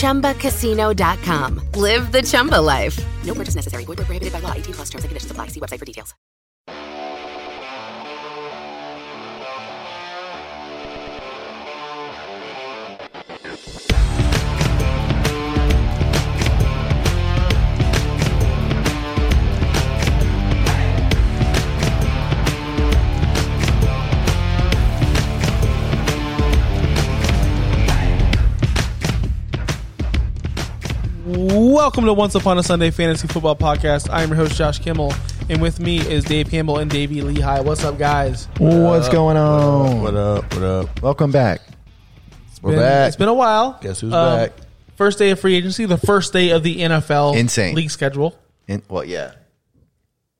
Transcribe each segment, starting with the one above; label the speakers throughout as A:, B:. A: ChumbaCasino.com. Live the Chumba life. No purchase necessary. Void where prohibited by law. 18 plus terms and conditions apply. See website for details.
B: Welcome to Once Upon a Sunday Fantasy Football Podcast. I am your host Josh Kimmel, and with me is Dave Campbell and Davey Lehigh. What's up, guys?
C: What's going on?
D: What up? What up?
C: Welcome back.
D: We're
B: Been-
D: back.
B: It's been a while.
D: Guess who's
C: Uh,
B: Um,
D: back?
B: First day of free agency, the first day of the NFL
C: Insane.
B: league schedule.
C: In, well, yeah,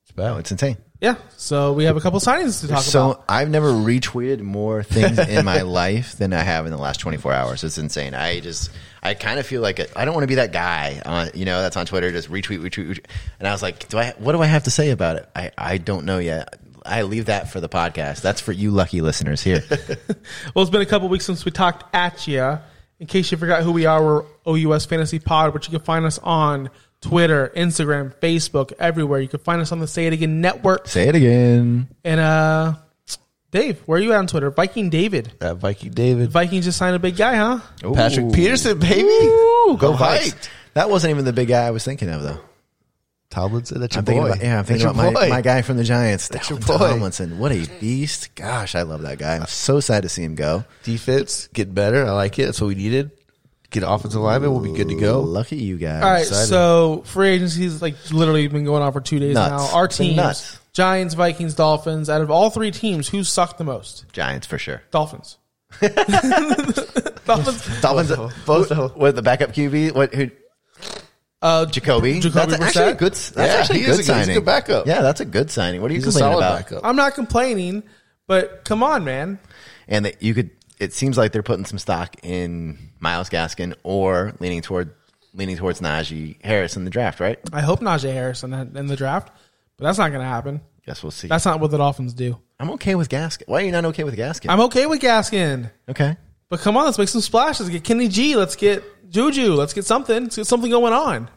D: It's back.
C: oh, it's insane.
B: Yeah, so we have a couple signings to talk
C: So
B: about.
C: I've never retweeted more things in my life than I have in the last 24 hours. It's insane. I just, I kind of feel like I I don't want to be that guy, on, you know, that's on Twitter, just retweet, retweet, retweet. And I was like, do I? What do I have to say about it? I, I don't know yet. I leave that for the podcast. That's for you lucky listeners here.
B: Well, it's been a couple weeks since we talked at you. In case you forgot who we are, we're OUS Fantasy Pod, which you can find us on Twitter, Instagram, Facebook, everywhere. You can find us on the Say It Again Network.
C: Say it again.
B: And uh, Dave, where are you at on Twitter? Viking David.
D: That Viking David.
B: Vikings just signed a big guy, huh?
D: Patrick Peterson, baby.
C: Ooh, go
D: Go
C: Vikes.
D: Vikes.
C: That wasn't even the big guy I was thinking of, though.
D: Tomlinson, that's your
C: I'm thinking
D: boy.
C: about yeah, I'm
D: That's
C: thinking
D: your
C: about my,
D: boy.
C: my guy from the Giants,
D: your
C: Dalvin
D: boy.
C: Tomlinson. What a beast! Gosh, I love that guy. I'm so sad to see him go.
D: Defense, get better. I like it. That's what we needed. Get offensive lineman. We'll be good to go.
C: Lucky you guys.
B: All right, so free agency's like literally been going on for two days
C: Nuts.
B: now. Our
C: It's been
B: teams,
C: nuts.
B: Giants, Vikings, Dolphins. Out of all three teams, who sucked the most?
C: Giants for sure.
B: Dolphins. Dolphins.
C: Dolphins both
D: both-
C: with the backup QB. What who?
B: Uh,
C: Jacoby.
B: Jacoby
C: that's actually a
B: Brissett?
C: good. That's
D: Yeah,
C: actually
D: he
C: a good
D: is a good-
C: signing.
D: he's a good backup.
C: Yeah, that's a good signing. What are you
D: He's a
C: complaining
D: solid
C: about?
D: backup.
B: I'm not complaining, but come on, man.
C: And that you could. It seems like they're putting some stock in Miles Gaskin or leaning toward leaning towards Najee Harris in the draft. Right?
B: I hope Najee Harris in the, in the draft, but that's not going to happen.
C: Guess we'll see.
B: That's not what the Dolphins do.
C: I'm okay with Gaskin. Why are you not okay with Gaskin?
B: I'm okay with Gaskin.
C: okay.
B: But come on, let's make some splashes. Get Kenny G. Let's get Juju. Let's get something. Let's get something going on.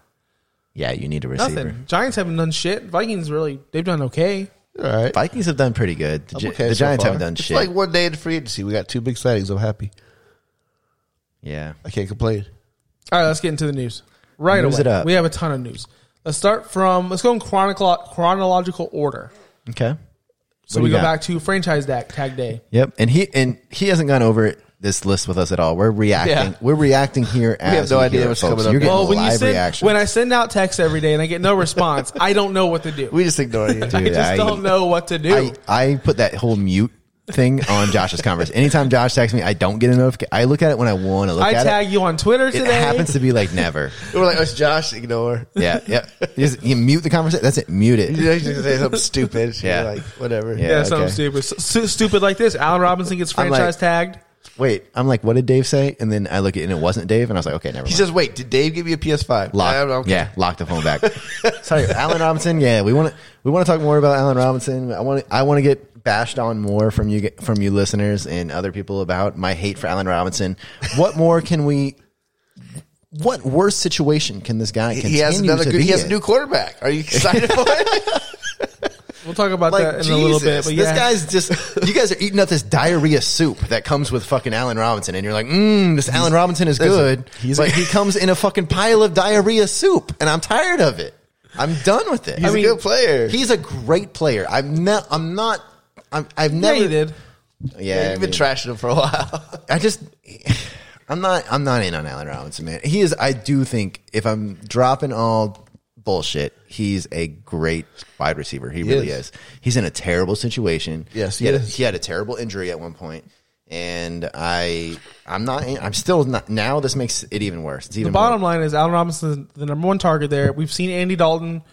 C: Yeah, you need a receiver.
B: Nothing. Giants haven't done shit. Vikings really, they've done okay.
D: All right.
C: Vikings have done pretty good. The,
D: I'm
C: Gi-
D: okay
C: the
D: so
C: Giants
D: far.
C: haven't done
D: It's
C: shit.
D: like one day in free agency. We got two big signings. I'm happy.
C: yeah.
D: I can't complain.
B: All right, let's get into the news right
C: News
B: away.
C: it up.
B: We have a ton of news. Let's start from. Let's go in chronicle, chronological order.
C: Okay.
B: So
C: What do
B: we
C: you
B: go
C: got?
B: back to franchise tag tag day.
C: Yep. And he and he hasn't gone over this list with us at all. We're reacting.
D: Yeah.
C: We're reacting here. As we
D: have no idea
C: hear it,
D: what's
C: folks.
D: coming up.
C: You're getting
D: Well,
B: when you
C: live
B: send,
C: reactions.
B: when I send out texts every day and I get no response, I don't know what to do.
D: We just ignore you.
B: I just
C: I-
B: don't know what to do.
C: I, I put that whole mute thing on Josh's conversation. Anytime Josh texts me, I don't get a notification. I look at it when I want to look
B: I,
C: at
B: tag you on Twitter
C: it. It
B: today.
C: happens to be like never.
D: We're like, it's Josh. Ignore.
C: Yeah, yeah. You, just- you mute the conversation. That's it. Mute it.
D: You know, he's gonna say something stupid. You're
C: Yeah.
D: like whatever.
C: Yeah.
B: yeah, something
C: okay.
B: stupid, Stu- stupid like this. Allen Robinson gets
C: I'm like-
B: franchise tagged.
C: Wait, I'm like, what did Dave say? And then I look at it and it wasn't Dave, and I was like, okay, never mind.
D: He says, "Wait, did Dave give me a PS5?"
C: Lock,
D: I'm- I'm-
C: yeah, lock the phone back. Sorry, Alan Robinson. Yeah, we want to we want to talk more about Alan Robinson. I want I want to get bashed on more from you ge- from you listeners and other people about my hate for Alan Robinson. What more can we? What worse situation can this guy?
D: He has
C: continue
D: another.
C: to
D: Good, he
C: be
D: has
C: in?
D: a new quarterback. Are you excited for it?
B: We'll talk about
D: Like,
B: that in a little bit.
D: Jesus,
B: But yeah,
C: This guy's just, you guys are eating up this diarrhea soup that comes with fucking Alan Robinson. And you're like, mmm, this Alan Robinson is good.
D: he's a-
C: but he comes in a fucking pile of diarrhea soup. And I'm tired of it. I'm done with it.
D: He's a good player.
C: He's a great player. I'm not, I'm not, I'm, I've
B: yeah,
C: never,
B: you did.
C: yeah,
D: You've
C: I
D: been
C: mean,
D: trashing him for a while.
C: I just, I'm not, I'm not in on Allen Robinson, man. He is, I do think, if I'm dropping all bullshit, he's a great wide receiver. He, really
D: is.
C: is. He's in a terrible situation.
D: Yes,
C: he,
D: he
C: had, A,
D: is.
C: he had a terrible injury at one point, and I, I'm not, in- I'm still not. Now this makes it even worse. It's even
B: The bottom
C: more.
B: line is Allen Robinson, is the number one target there. We've seen Andy Dalton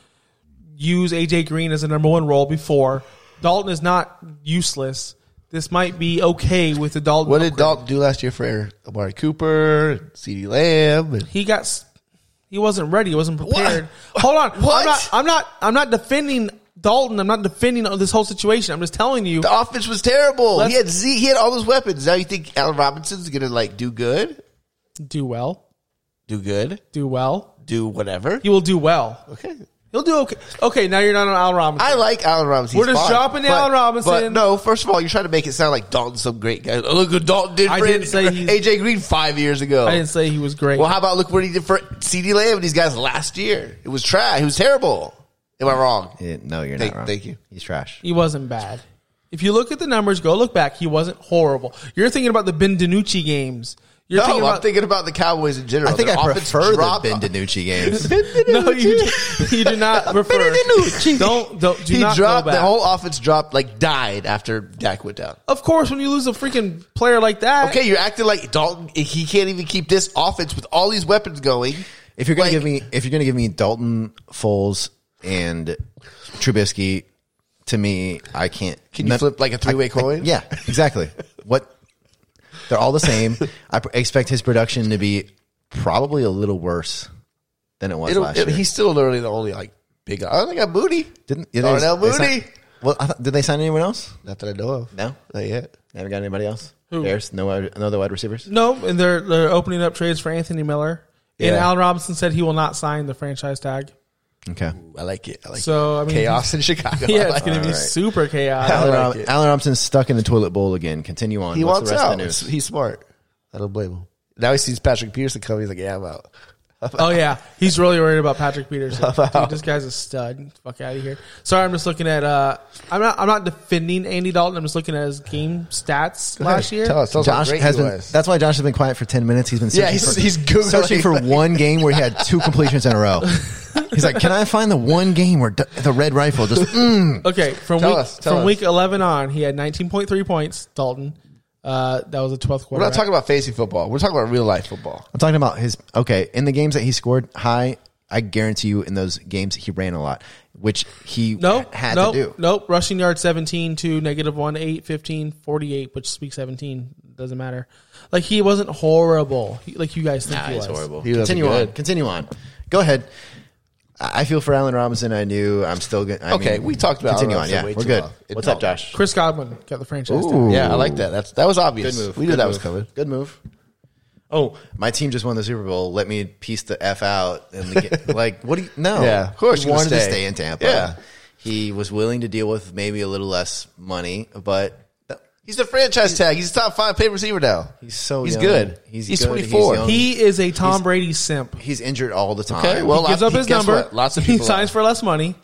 B: use AJ Green as a number one role before. Dalton is not useless. This might be okay with the Dalton.
D: What did
B: upgrade.
D: Dalton do last year for Amari Cooper, CeeDee Lamb? And
B: He got. s- He wasn't ready. He wasn't prepared. Hold on.
D: What?
B: I'm not. I'm not. I'm not defending Dalton. I'm not defending this whole situation. I'm just telling you.
D: the offense was terrible.
B: Let's-
D: he had Z. He had all those weapons. Now you think Allen Robinson's gonna like do good,
B: Do well.
D: do good,
B: Do well.
D: do whatever?
B: He will do well.
D: Okay.
B: He'll do okay. Okay. Now you're not on Al Robinson.
D: I like Allen Robinson.
B: We're
D: He's
B: just
D: fine.
B: dropping the
D: But-
B: Allen Robinson.
D: But no, first of all, you're trying to make it sound like Dalton's some great guy. Oh, look what Dalton did
B: I
D: for
B: didn't say he's-
D: AJ Green five years ago.
B: I didn't say he was great.
D: Well, how about look what he did for CD Lamb and these guys last year? It was trash. It was terrible. Am I wrong?
C: Yeah, no, you're
D: Thank-
C: not wrong.
D: thank you.
C: He's trash.
B: he wasn't bad. If you look at the numbers, go look back. He wasn't horrible. You're thinking about the Ben DiNucci games. You're
D: no,
B: thinking
D: I'm
B: about
D: thinking about the Cowboys in general.
C: I think
D: Their
C: I
D: offense
C: prefer the
D: dropped-
C: Ben DiNucci games.
B: no. You, you do not refer. Don't don't do
D: he
B: not
D: dropped
B: go back.
D: the whole offense dropped like died after Dak went down.
B: of course, when you lose a freaking player like that,
D: Okay, you're acting like Dalton. He can't even keep this offense with all these weapons going.
C: If you're gonna
D: Like-
C: give me, if you're gonna give me Dalton, Foles, and Trubisky, to me, I can't.
D: Can you flip like a three-way
C: I- I-
D: coin?
C: yeah, exactly. what? They're all the same. I pr- expect his production to be probably a little worse than it was
D: It'll-
C: last
D: it-
C: year.
D: he's still literally the only like big. I think I got Moody.
C: didn't
D: you
C: did
D: Darnell
C: they- they
D: Moody?
C: sign- well, I thought, did they sign anyone else?
D: Not that I know of.
C: No?
D: not yet.
C: Never got anybody else. Bears, no, wide- no other wide receivers.
B: No, and they're they're opening up trades for Anthony Miller. And
C: Yeah.
B: Allen Robinson said he will not sign the franchise tag.
C: Okay.
D: I like it. I like
B: So,
D: it.
B: I mean,
D: chaos in Chicago. I
B: Yeah, it's
D: like
B: going
D: it.
B: to be
C: All right.
B: super chaos.
C: Allen,
D: like
C: Rob-
D: it.
C: Allen Robinson's stuck in the toilet bowl again. Continue on.
D: He
C: What's
D: wants
C: the rest
D: out.
C: Of the news?
D: He's smart. I don't blame him. Now he sees Patrick Peterson coming. He's like, yeah, I'm out.
B: oh yeah, he's really worried about Patrick Peterson. Dude, this guy's a stud. Fuck out of here. Sorry, I'm just looking at. Uh, I'm not. I'm not defending Andy Dalton. I'm just looking at his game stats last year.
D: Tell us, tell us how
C: Josh
D: great
C: has
D: he
C: been.
D: was.
C: That's why Josh has been quiet for ten minutes. He's been searching
D: Yeah, he's-
C: for,
D: he's Googling.
C: searching for one game where he had two completions in a row. He's like, can I find the one game where d- the red rifle just? Mm.
B: Okay, from
D: Tell
B: week
D: us, tell
B: from
D: us.
B: week 11 on, he had 19.3 points. Dalton. Uh, that was a 12th quarter.
D: We're not talking about fantasy football. We're talking about real life football.
C: I'm talking about his. Okay, in the games that he scored high, I guarantee you, in those games he ran a lot, which he
B: No,
C: had
B: nope,
C: to do.
B: Nope. Rushing yard 17 to negative 1, 8, 15, 48, which is week 17. Doesn't matter. Like, he wasn't horrible. He- like, you guys think he was.
D: He wasn't
C: continue on.
D: good.
C: Continue on. Go ahead. I I feel for Allen Robinson. I knew. I'm still good. I
D: Okay,
C: mean,
D: we talked about
C: Continue
D: Allen
C: on.
D: Robinson
C: Yeah,
D: way
C: we're
D: too
C: good.
D: long. It
C: What's up,
D: talked-
C: Josh?
B: Chris Godwin got the franchise tag.
C: Ooh.
D: Yeah, I like that. That's that was obvious.
C: Good move.
D: We knew
C: Good
D: that
C: move.
D: was coming.
C: Good move. Oh, my team just won the Super Bowl. Let me piece the f out and the ga- like. What do you? No,
D: Yeah, of course
C: He
D: you're gonna
C: wanted to
D: stay.
C: stay in Tampa.
D: Yeah.
C: he was willing to deal with maybe a little less money, but that-
D: He's the franchise tag. He's the top five paid receiver now.
C: he's so
D: he's
C: young.
D: good.
C: He's
D: he's
C: good.
D: twenty four.
C: young.
B: He is a Tom Brady simp.
C: he's injured all the time.
D: Okay, well,
B: He gives
D: lot-
B: up his
D: guess
B: number.
D: what? Lots of
B: he
D: people
B: signs for less money.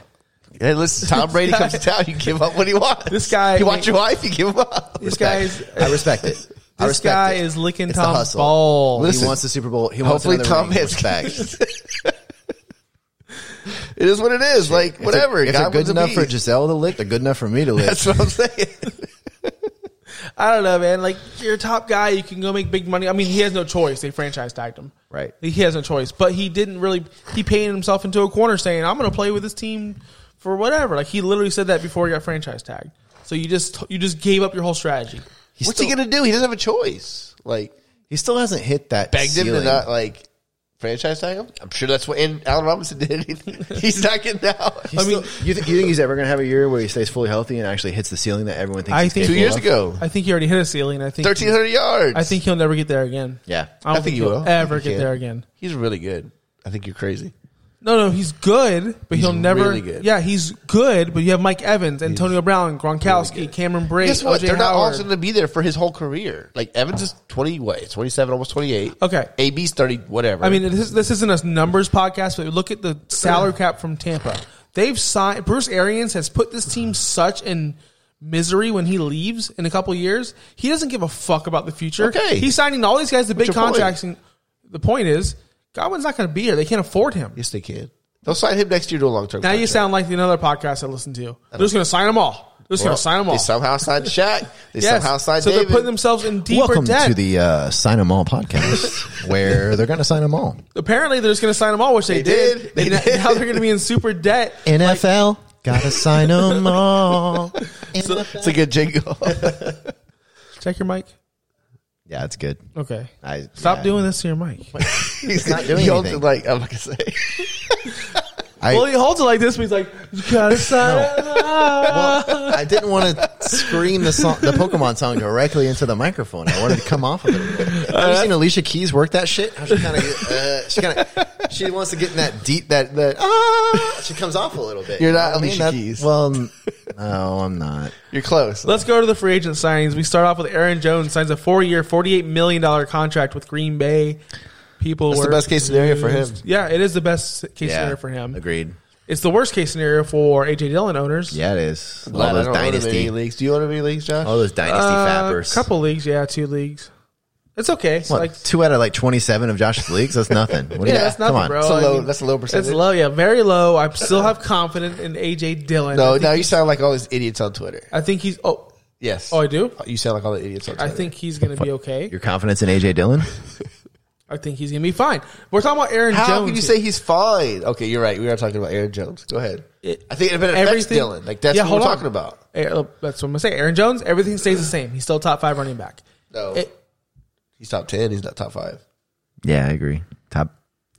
D: Hey, listen, Tom Brady comes to town. You give up what he wants.
B: This guy-
D: you want your wife, you give him up.
B: This
C: Respect.
B: guy's.
C: I respect it. I
B: This
C: respect
B: guy
C: it.
B: is licking
C: It's the
B: Tom's
C: hustle.
B: balls.
C: He
D: Listen,
C: wants the Super Bowl. He wants
D: hopefully
C: another
D: Tom
C: ring.
D: hits-
C: Respect.
D: It is what it is. Like whatever.
C: If they're
D: God
C: good
D: wins a
C: enough
D: bee.
C: for Giselle to lick, they're good enough for me to lick.
D: That's what I'm saying.
B: I don't know, man. Like you're a top guy, you can go make big money. I mean, he has no choice. They franchise tagged him,
C: Right.
B: He has no choice. But he didn't really. He painted himself into a corner, saying, "I'm going to play with this team for whatever." Like he literally said that before he got franchise tagged. So you just you just gave up your whole strategy.
C: He's
D: What's
C: still,
D: he gonna do? He doesn't have a choice. Like
C: he still hasn't hit that
D: begged him to
C: ceiling.
D: not like franchise tag him. I'm sure that's what and Allen Robinson did. he's not getting out.
C: He's still- you, think, you think he's ever going to have a year where he stays fully healthy and actually hits the ceiling that everyone thinks?
B: I
C: he's
B: think
D: two
C: capable
D: years
C: of?
D: ago,
B: I think he already hit a ceiling. I think
D: thirteen hundred yards.
B: I think he'll never get there again.
C: Yeah.
B: I don't
D: I think
B: think,
D: he
B: he'll
D: will.
B: ever
D: I think he
B: get
D: can.
B: there again.
D: he's really good. I think you're crazy.
B: No, no, he's good, but he'll never.
D: really good.
B: Yeah, he's good, but you have Mike Evans, Antonio Brown, Gronkowski, Cameron Brady.
D: Guess what?
B: OJ
D: They're not all
B: Howard.
D: going to be there for his whole career. Like Evans is twenty what, twenty seven, almost twenty eight.
B: Okay.
D: AB's thirty, whatever.
B: I mean, this, this isn't a numbers podcast, but look at the salary cap from Tampa. They've signed Bruce Arians has put this team such in misery when he leaves in a couple of years. He doesn't give a fuck about the future.
D: Okay.
B: he's signing all these guys to big
D: your point?
B: contracts. And the point is, Godwin's not going to be here. They can't afford him.
D: yes, they can. They'll sign him next year to a long term.
B: Now you sound like the another podcast I listen to. They're just going to sign them all. They're just gonna sign them all.
D: They somehow signed Shaq. They
B: Yes.
D: somehow signed
B: so
D: David.
B: they're putting themselves in deeper
C: Welcome
B: debt.
C: to the uh, Sign 'em All podcast, where they're going to sign 'em all.
B: Apparently, they're just going to sign them all, which they,
D: did.
B: did.
D: They
B: And
D: did.
B: Now they're going to be in super debt.
C: NFL, got to sign 'em all.
D: It's a good jingle.
B: Check your mic.
C: yeah, it's good.
B: Okay.
C: I
B: Stop
C: yeah.
B: doing this to your mic.
D: He's
C: not doing
D: he holds
C: anything.
D: it Like I'm not gonna say.
C: I,
B: Well, he holds it like this, but he's like, you gotta sign
C: well, I didn't want to scream the song, the Pokemon song directly into the microphone. I wanted to come off of it. Have you seen Alicia Keys work that shit? How she kind of, uh, she kind of, she wants to get in that deep that that. Ah, she comes off a little bit.
D: You're
C: You know
D: not
C: what I mean?
D: Alicia
C: That-
D: Keys.
C: Well, n- no, I'm not.
D: You're close.
B: Let's go to the free agent signings. We start off with Aaron Jones signs a four-year, forty-eight million dollar contract with Green Bay. People
D: That's the
B: were
D: best case scenario for him.
B: confused. Yeah, it is the best case scenario for him.
C: Agreed.
B: It's the worst case scenario for AJ Dillon owners.
C: Yeah, it is. All
D: Glad I
C: those
D: don't own any
C: dynasty,
D: leagues. Do you own any leagues, Josh?
C: all those dynasty
B: Uh,
C: fappers.
B: couple leagues. Yeah, two leagues. It's okay. It's
C: What,
B: like
C: two out of like 27 of Josh's leagues. That's nothing. What do you-
B: Yeah, that's
C: come
B: nothing,
C: on.
B: bro.
D: that's,
B: I
D: a low,
B: mean,
D: that's a low percentage.
B: It's low, yeah, very low. I still have confidence in AJ Dillon. I
D: No,
B: think,
D: now you sound like all these idiots on Twitter.
B: I think he's. Oh,
D: Yes.
B: oh, I do.
D: You sound like all the idiots on
B: I
D: Twitter.
B: think he's gonna be okay.
C: Your confidence in AJ Dillon?
B: I think he's gonna be fine. We're talking about Aaron
D: How
B: Jones.
D: can
B: here.
D: you say he's fine? Okay, you're right. We are talking about Aaron Jones. Go ahead.
B: It-
D: I think it affects
B: everything-
D: Dylan. Like that's
B: Yeah,
D: what
B: hold
D: we're
B: on.
D: talking about.
B: Eh, uh, That's what I'm gonna say. Aaron Jones, everything stays the same. He's still top five running back.
D: No,
B: It-
D: he's top ten. He's not top five.
C: Yeah, I agree. Top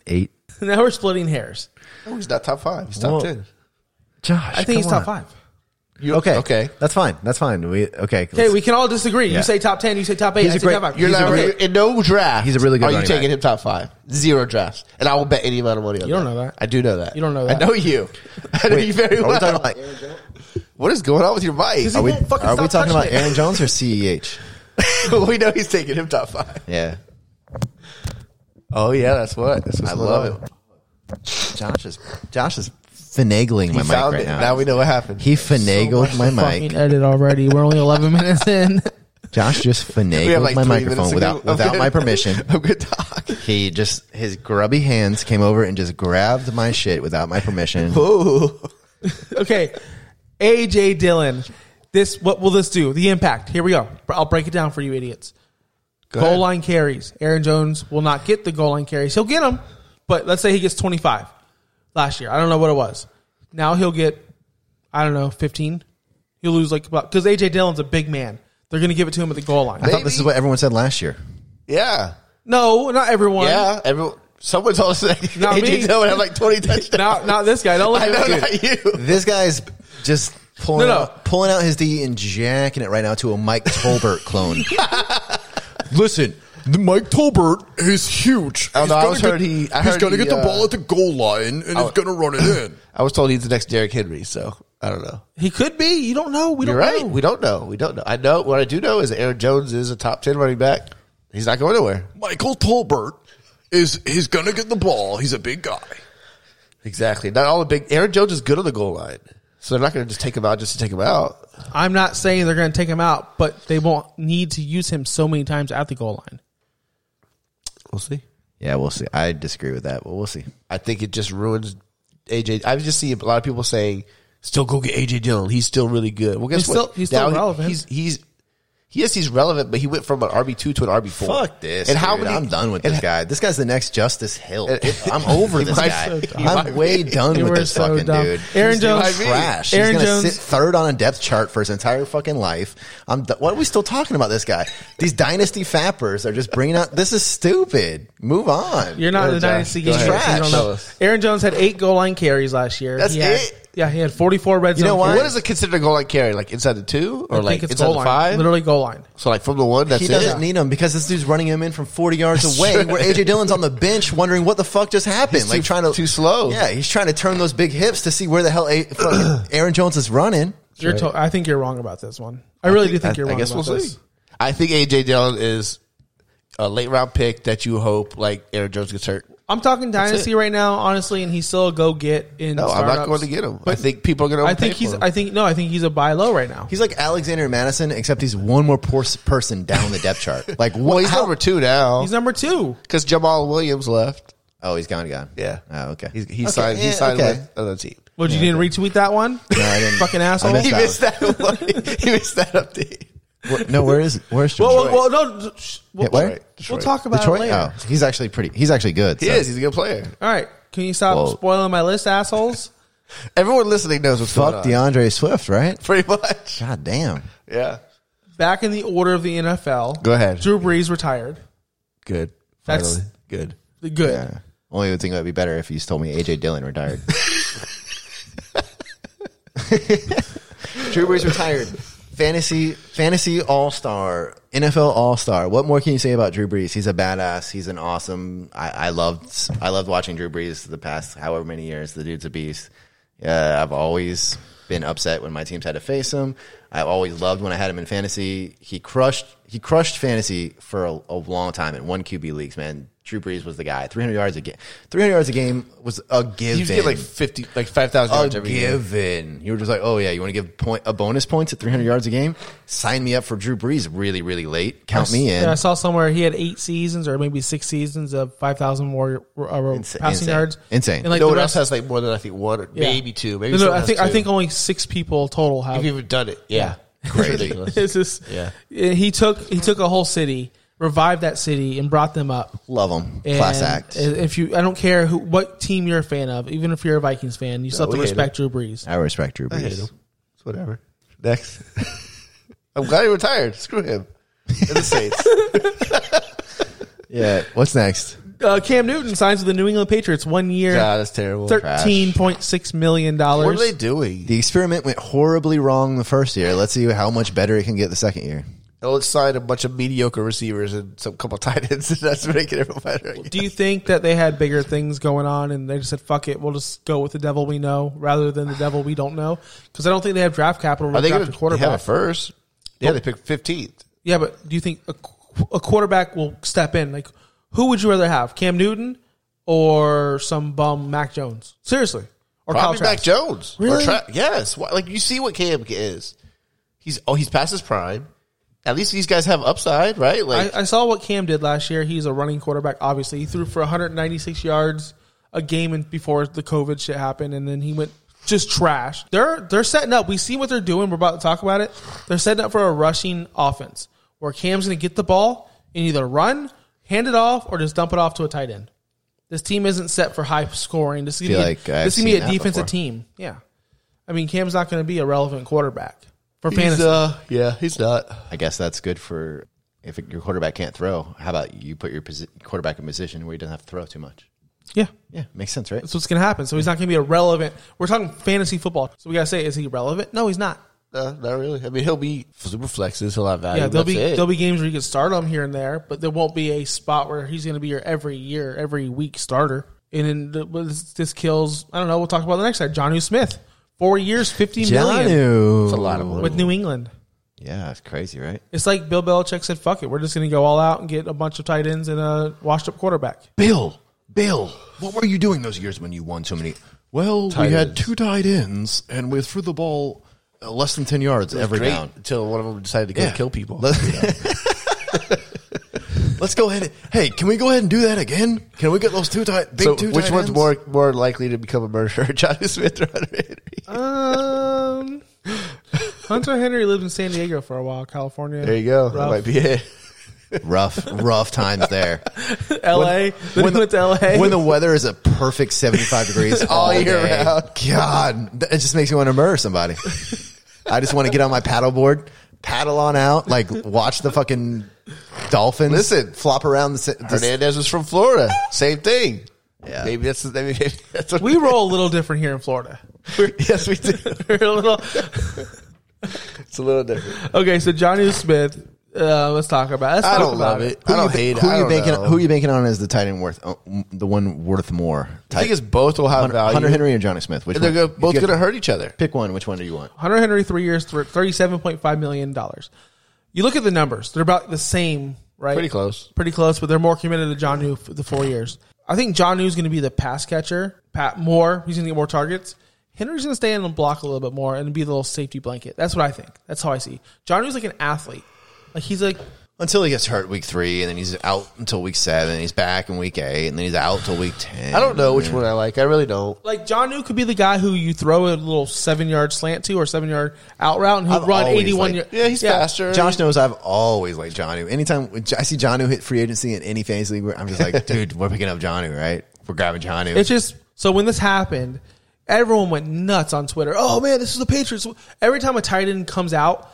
C: eight.
B: now we're splitting hairs.
D: No, he's not top five. He's top
C: Well,
D: ten.
C: Josh,
B: I think he's
C: come
B: top
C: on.
B: five.
D: You,
C: Okay.
D: Okay.
C: That's fine. That's fine. We okay.
B: Okay, we can all disagree.
C: Yeah.
B: You say top ten. You say top eight.
C: He's
B: I
C: a
B: say
C: great-
B: top five.
D: You're
B: He's a
D: not
B: great-
D: you're- in no draft.
C: He's a really good
D: Are you
C: running back.
D: taking him top five? Zero drafts, and I will bet any amount of money on
B: You don't
D: that.
B: know that.
D: I do know that.
B: You don't know that.
D: I know you. I know you very
C: are
D: well.
C: we talking about,
D: what is going on with your mic?
B: he
D: Are we,
B: dead? Fucking
C: are we
B: stop
C: talking about
B: touching it.
C: Aaron Jones or E CEH?
D: we know he's taking him top five.
C: Yeah.
D: Oh yeah, that's what. That's what's
C: I
D: going
C: love
D: on.
C: it. Josh is Josh is finagling
D: He
C: my mic
D: found
C: right
D: it.
C: now.
D: Now we know what happened.
C: he finagled my mic.
B: Fucking edit already. We're only eleven minutes in.
C: Josh just
D: we
C: finagled
D: have like
C: my
D: three
C: microphone
D: minutes
C: without without my permission.
D: I'm good talk.
C: He just his grubby hands came over and just grabbed my shit without my permission.
D: Ooh.
B: Okay, AJ Dillon. This what will this do? The impact. Here we go. I'll break it down for you, idiots. goal
D: ahead.
B: line carries. Aaron Jones will not get the goal line carries. He'll get them, but let's say he gets 25 last year. I don't know what it was. Now he'll get, I don't know, 15. He'll lose like about because AJ Dillon's a big man. They're going to give it to him at the goal line.
C: I thought this
D: Maybe-
C: is what everyone said last year.
D: Yeah.
B: No, not everyone.
D: Yeah. Everyone. Someone told us that
B: Not
D: AJ
B: me.
D: Dillon had like 20 touchdowns.
B: Not not this guy. Don't look
D: I
B: at
D: know
B: him.
D: not you.
C: This guy's just pulling
B: No, no.
C: out pulling out his D and jacking it right now to a Mike Tolbert clone. Listen, the Mike Tolbert is huge.
D: I don't know, Oh, I
C: gonna
D: always heard he- I heard he, uh, Oh.
C: the goal line and he's gonna run it in.
D: I was told he's the next Derrick Henry, so I don't know.
B: He could be. You don't know. We
D: You're
B: don't
D: right.
B: know.
D: We don't know. We don't know. I know what I do know is Aaron Jones is a top ten running back. He's not going nowhere.
E: Michael Tolbert is he's gonna get the ball. He's a big guy.
D: Exactly. Not all the big Aaron Jones is good on the goal line. So they're not gonna just take him out just to take him out.
B: I'm not saying they're going to take him out, but they won't need to use him so many times at the goal line.
D: We'll see.
C: Yeah, we'll see. I disagree with that, but we'll see.
D: I think it just ruins AJ. I just see a lot of people saying, "Still go get AJ Dillon. He's still really good." Well,
B: He's
D: guess what?
B: still- he's still
D: he-
B: relevant.
D: He's he's yes, he's relevant, but he went from an RB two to an RB four.
C: Fuck this.
D: And how
C: dude.
D: many?
C: I'm done with this guy. This guy's the next Justice Hill. I'm over
D: He
C: this
D: might-
C: guy.
D: he
C: I'm way done
B: You
C: with
B: were
C: this
B: so
C: fucking
B: dumb.
C: dude.
B: Aaron
C: He's gonna be
B: Jones-
C: trash.
B: Aaron
C: He's gonna
B: Jones-
C: sit third on a depth chart for his entire fucking life. I'm. do- Why are we still talking about this guy? These dynasty fappers are just bringing out. This is stupid. Move on.
B: You're not in the
D: Josh.
B: dynasty
D: Go
B: game.
D: ahead.
B: so you don't
C: Trash.
B: know. Aaron Jones had eight goal line carries last year.
D: That's
B: He had-
D: it?
B: Yeah, he had 44 red zone.
C: You know why?
B: carries.
D: What is it considered a goal line carry? Like inside the two or
B: I
D: like
B: think it's
D: inside
B: goal
D: the
B: line.
D: five?
B: Literally goal line.
D: So like from the one, that's
C: He
D: it.
C: doesn't need him because this dude's running him in from 40 yards away.
D: true.
C: Where AJ Dillon's on the bench wondering what the fuck just happened.
D: He's
C: like
D: too-
C: trying to
D: too slow.
C: Yeah, he's trying to turn those big hips to see where the hell a, fucking Aaron Jones is running.
B: You're to- I think you're wrong about this one. I really do think
D: I,
B: you're
D: I
B: wrong.
D: guess we'll
B: about this.
D: see. I think AJ Dillon is a late round pick that you hope like Aaron Jones gets hurt.
B: I'm talking dynasty right now, honestly, and he's still a go get in.
D: No, I'm not
B: startups.
D: going to get him. I
B: But
D: think people are going to.
B: I think he's. I think no. I think he's a buy low right now.
C: He's like Alexander Madison, except he's one more poor s- person down the depth chart. Like what?
D: well, he's
C: how-
D: number two now.
B: He's number two.
D: Because Jamal Williams left.
C: oh, he's gone, gone.
D: Yeah.
C: Oh, okay.
D: He's, he
C: Okay,
D: signed. He
C: yeah,
D: signed
C: okay.
D: with another team.
B: What you didn't retweet that one?
C: No, I didn't.
B: Fucking asshole.
C: I missed
D: He
C: that
D: missed that. one. he missed that update.
C: What- no, where is it? Where's Detroit?
B: Well, well, well, no. sh- We'll,
C: Yeah, where?
B: we'll talk about
C: Detroit?
B: it later.
C: Oh, he's actually pretty. He's actually good.
D: He
C: so.
D: is. He's a good player.
B: All right. Can you stop
C: Whoa.
B: spoiling my list, assholes?
D: Everyone listening knows what's
C: Fuck
D: going on.
C: DeAndre Swift, right?
D: Pretty much.
C: God damn.
D: Yeah.
B: Back in the order of the NFL.
D: Go ahead.
B: Drew Brees retired.
D: Good.
B: That's-
D: Finally. good.
B: Good.
C: Yeah. Only thing that would be better if you told me AJ Dillon retired. Drew Brees retired. Fantasy, fantasy all star, NFL all star. What more can you say about Drew Brees? He's a badass. He's an awesome. I, I loved, I loved watching Drew Brees the past however many years. The dude's a beast. Yeah, I've always been upset when my teams had to face him. I've always loved when I had him in fantasy. He crushed. He crushed fantasy for a, a long time in one QB leagues. Man, Drew Brees was the guy. Three hundred yards a game. Three hundred yards a game was a given
D: He was getting like fifty, like five thousand
C: a
D: yards every year.
C: given. You were just like, oh yeah, you want to give point a bonus points at 300 yards a game? Sign me up for Drew Brees really, really late. Count me in.
B: Yeah, I saw somewhere he had eight seasons or maybe six seasons of 5,000 more uh,
C: Insa-
B: passing
C: insane.
B: yards.
C: Insane.
B: And like
D: no
B: the
D: one
B: rest,
D: else has like more than I think one, or
B: yeah.
D: maybe two, maybe.
B: no, no,
D: someone
B: I
D: has
B: think I
D: two.
B: think only six people total have.
D: If you've even done it, yeah,
C: Crazy.
B: It's just, eh,
D: Yeah.
B: He took he took a whole city, revived that city, and brought them up.
C: Love him. Class
B: And
C: act.
B: If you, I don't care who, what team you're a fan of, even if you're a Vikings fan, you still have to
D: we hate
B: respect Drew Brees.
C: I respect Drew
D: I hate
C: Brees.
D: him. It's whatever. Next, I'm glad he retired. Screw him. And the Saints.
C: Yeah. What's next?
B: Uh, Cam Newton signs with the New England Patriots one year,
D: God, that's terrible.
B: thirteen point six million
D: What are
B: dollars.
D: they doing?
C: The experiment went horribly wrong the first year. Let's see how much better it can get the second year.
D: Oh, let's sign a bunch of mediocre receivers and some couple tight ends. that's making everyone better. I guess.
B: Do you think that they had bigger things going on and they just said "fuck it"? We'll just go with the devil we know rather than the devil we don't know because I don't think they have draft capital to
D: Are they
B: draft
D: going
B: a
D: to have
B: quarterback.
D: a first? Yeah, they picked fifteenth.
B: yeah, but do you think a, qu- a quarterback will step in? Like, who would you rather have, Cam Newton or some bum Mac Jones? Seriously, or Kyle
D: Probably
B: Trask?
D: Mac Jones. Or
B: Really?
D: Tra- yes. Why- Like you see what Cam is. He's oh he's past his prime. At least these guys have upside, right? Like
B: I, I saw what Cam did last year. He's a running quarterback. Obviously, he threw for 196 yards a game in, before the COVID shit happened, and then he went just trash. They're they're setting up. We see what they're doing. We're about to talk about it. They're setting up for a rushing offense where Cam's going to get the ball and either run, hand it off, or just dump it off to a tight end. This team isn't set for high scoring. This is
C: Feel
B: going
C: like
B: to be,
C: I've
B: this is gonna be
C: seen
B: a
C: that
B: defensive
C: before.
B: team. Yeah, I mean Cam's not going to be a relevant quarterback for
D: he's,
B: fantasy.
D: uh, yeah, he's not.
C: I guess that's good for if your quarterback can't throw. How about you put your posi- quarterback in a position where he doesn't have to throw too much?
B: yeah,
C: Yeah, makes sense, right?
B: That's what's going to happen. So he's not going to be a relevant. We're talking fantasy football. So we got to say, is he relevant? No, he's not.
D: No, uh, not really. I mean, he'll be super flexes. He'll have value.
B: Yeah, there'll
D: That's
B: be
D: it.
B: there'll be games where you can start him here and there, but there won't be a spot where he's going to be your every year, every week starter. And then the- but this, this kills. I don't know. We'll talk about the next guy, Johnny Smith. Four years, fifteen million
C: Janu.
B: with New England.
C: Yeah, it's crazy, right?
B: It's like Bill Belichick said, "Fuck it, we're just going to go all out and get a bunch of tight ends and a washed-up quarterback."
E: Bill, Bill, what were you doing those years when you won so many? Well, we had two tight ends, and we threw the ball uh, less than 10 yards every
D: great
E: down.
D: until one of them decided to go
E: Yeah.
D: kill people.
E: Let's go ahead. and- hey, can we go ahead and do that again? Can we get those two tight, big
D: so,
E: two
D: which
E: tight
D: one's
E: ends?
D: more more likely to become a murderer, Johnny Smith or Hunter Henry?
B: Um, Hunter Henry lived in San Diego for a while, California.
D: There you go. That
B: Rough.
D: might be it.
C: rough, rough times there.
B: L.A. Then he went to L.A.
C: When the weather is a perfect 75 degrees all, year round. Oh, God, th- it just makes me want to murder somebody. I just want to get on my paddleboard, paddle on out, like watch the fucking dolphins. Listen, flop around the. si- the
D: Hernandez was from Florida. Same thing.
C: Yeah.
D: Maybe that's maybe that's what
B: we roll a little different here in Florida.
D: yes we do.
B: We're a little
D: It's a little different.
B: okay. So Johnny Smith, uh, let's talk about. Let's
D: I
B: talk
D: don't
B: about
D: love it. I don't
C: who you
D: hate
C: ba-
D: it.
C: Who
D: I
C: you
D: don't
C: banking?
D: know.
C: Who you banking on as the tight end worth? oh, m- the one worth more.
D: I think it's both will have
C: Hunter,
D: value.
C: Hunter Henry or Johnny Smith? Which
D: And they're
C: one?
D: gonna,
C: If you
D: both
C: had
D: going
C: to
D: to hurt each other.
C: Pick one. Which one do you want?
B: Hunter Henry, three years, thirty-seven point five million dollars. You look at the numbers; they're about the same, right?
D: Pretty close.
B: pretty close. But they're more committed to John New for the four years. I think John New's going to be the pass catcher. Pat Moore, he's going to get more targets. Henry's going to stay in the block a little bit more and be the little safety blanket. That's what I think. That's how I see. John New's like an athlete. Like he's like
C: until he gets hurt week three, and then he's out until week seven, and he's back in week eight, and then he's out till week ten.
D: I don't know which one I like. I really don't.
B: Like John New could be the guy who you throw a little seven yard slant to or seven yard out route, and he'll
C: I've
B: run
C: always
B: eighty one.
C: liked-
D: Yeah, he's faster.
C: Josh knows I've always liked Johnu. Anytime when J- I see Johnu hit free agency in any fantasy league, where I'm just like, dude, we're picking up Johnu, right? We're grabbing Johnu.
B: It's just so when this happened, everyone went nuts on Twitter. Oh man, this is the Patriots. Every time a tight end comes out,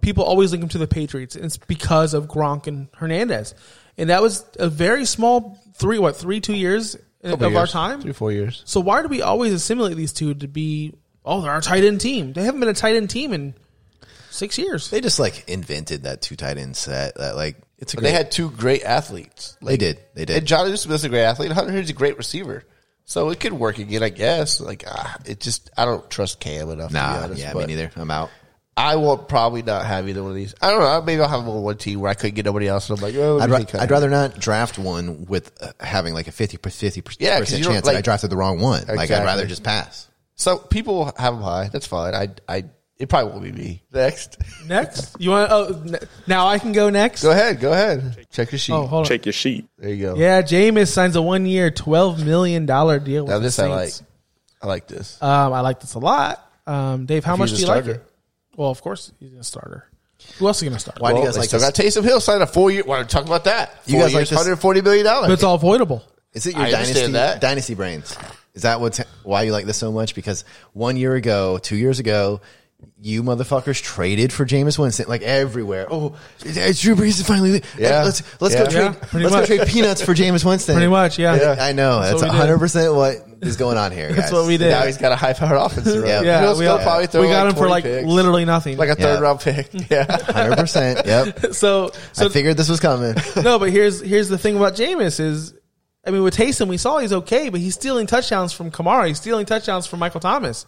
B: people always link him to the Patriots. And it's because of Gronk and Hernandez, and that was a very small three what three two years of our time.
D: three four years.
B: So why do we always assimilate these two to be? Oh, they're our tight end team. They haven't been a tight end team in six years.
C: they just like invented that two tight end set. That like it's a
D: But
C: great-
D: they had two great athletes.
C: They did. They did.
D: And John Smith's a great athlete. Hunter Henry's a great receiver. So it could work again, I guess. Like ah, it just, I don't trust Cam enough. to be
C: nah,
D: honest,
C: yeah, me
D: but
C: neither. I'm out.
D: I will probably not have either one of these. I don't know. Maybe I'll have them on one team where I couldn't get nobody else, and I'm like, oh, what
C: I'd,
D: do you
C: ra-
D: think, Hunter?
C: I'd rather not draft one with uh, having like a 50 50
D: Yeah, 'cause you
C: percent
D: don't,
C: chance
D: like-
C: that I drafted the wrong one. Like I'd
D: Exactly.
C: rather just pass.
D: So people have them high. That's fine. I, I, it probably won't be me. Next,
B: Next, you want? Oh, n- now I can go next.
D: go ahead, go ahead. Check your sheet.
B: Oh, hold on.
F: Check your sheet.
D: there you go.
B: Yeah, Jameis signs a one-year, twelve million dollar deal. With
D: Now
B: the
D: this I like.
B: Saints.
D: I like this.
B: Um, I like this a lot. Um, Dave, how much
D: he's
B: do
D: a
B: you like
D: starter.
B: it? Well, of course he's a starter. Who else is going to start?
C: Why do you guys
D: they
C: like
D: still
C: this?
D: got Taysom Hill signed a four year. Why don't we talk about that?
C: You
D: Four
C: guys like
D: years,
C: this-
D: $140 million.
B: But it's all avoidable.
C: Is it your
D: I
C: dynasty
D: understand that.
C: dynasty brains? Is that what's why you like this so much? Because one year ago, two years ago, you motherfuckers traded for Jameis Winston like everywhere. Oh, it's Drew Brees is finally.
D: Yeah.
C: let's let's go
D: Yeah.
B: Yeah,
C: trade.
B: pretty
C: let's
B: much.
C: go trade peanuts for Jameis Winston.
B: Pretty much, yeah. Yeah.
C: I know that's
B: what we did.
C: hundred percent what is going on here.
B: That's
C: guys.
B: what we did.
D: Now he's got a high powered offense. to run.
C: Yeah.
D: You
C: Yeah,
D: know,
B: we,
D: they'll
B: all-
D: probably throw
B: we got him for
D: 20
B: like
D: picks.
B: literally nothing.
D: like a
C: Yeah.
D: third round pick. Yeah.
C: Hundred percent. Yep.
B: so,
C: I
B: so
C: figured this was coming.
B: no. But here's here's the thing about Jameis is, I mean, with Taysom, we saw he's okay, but he's stealing touchdowns from Kamara. He's stealing touchdowns from Michael Thomas.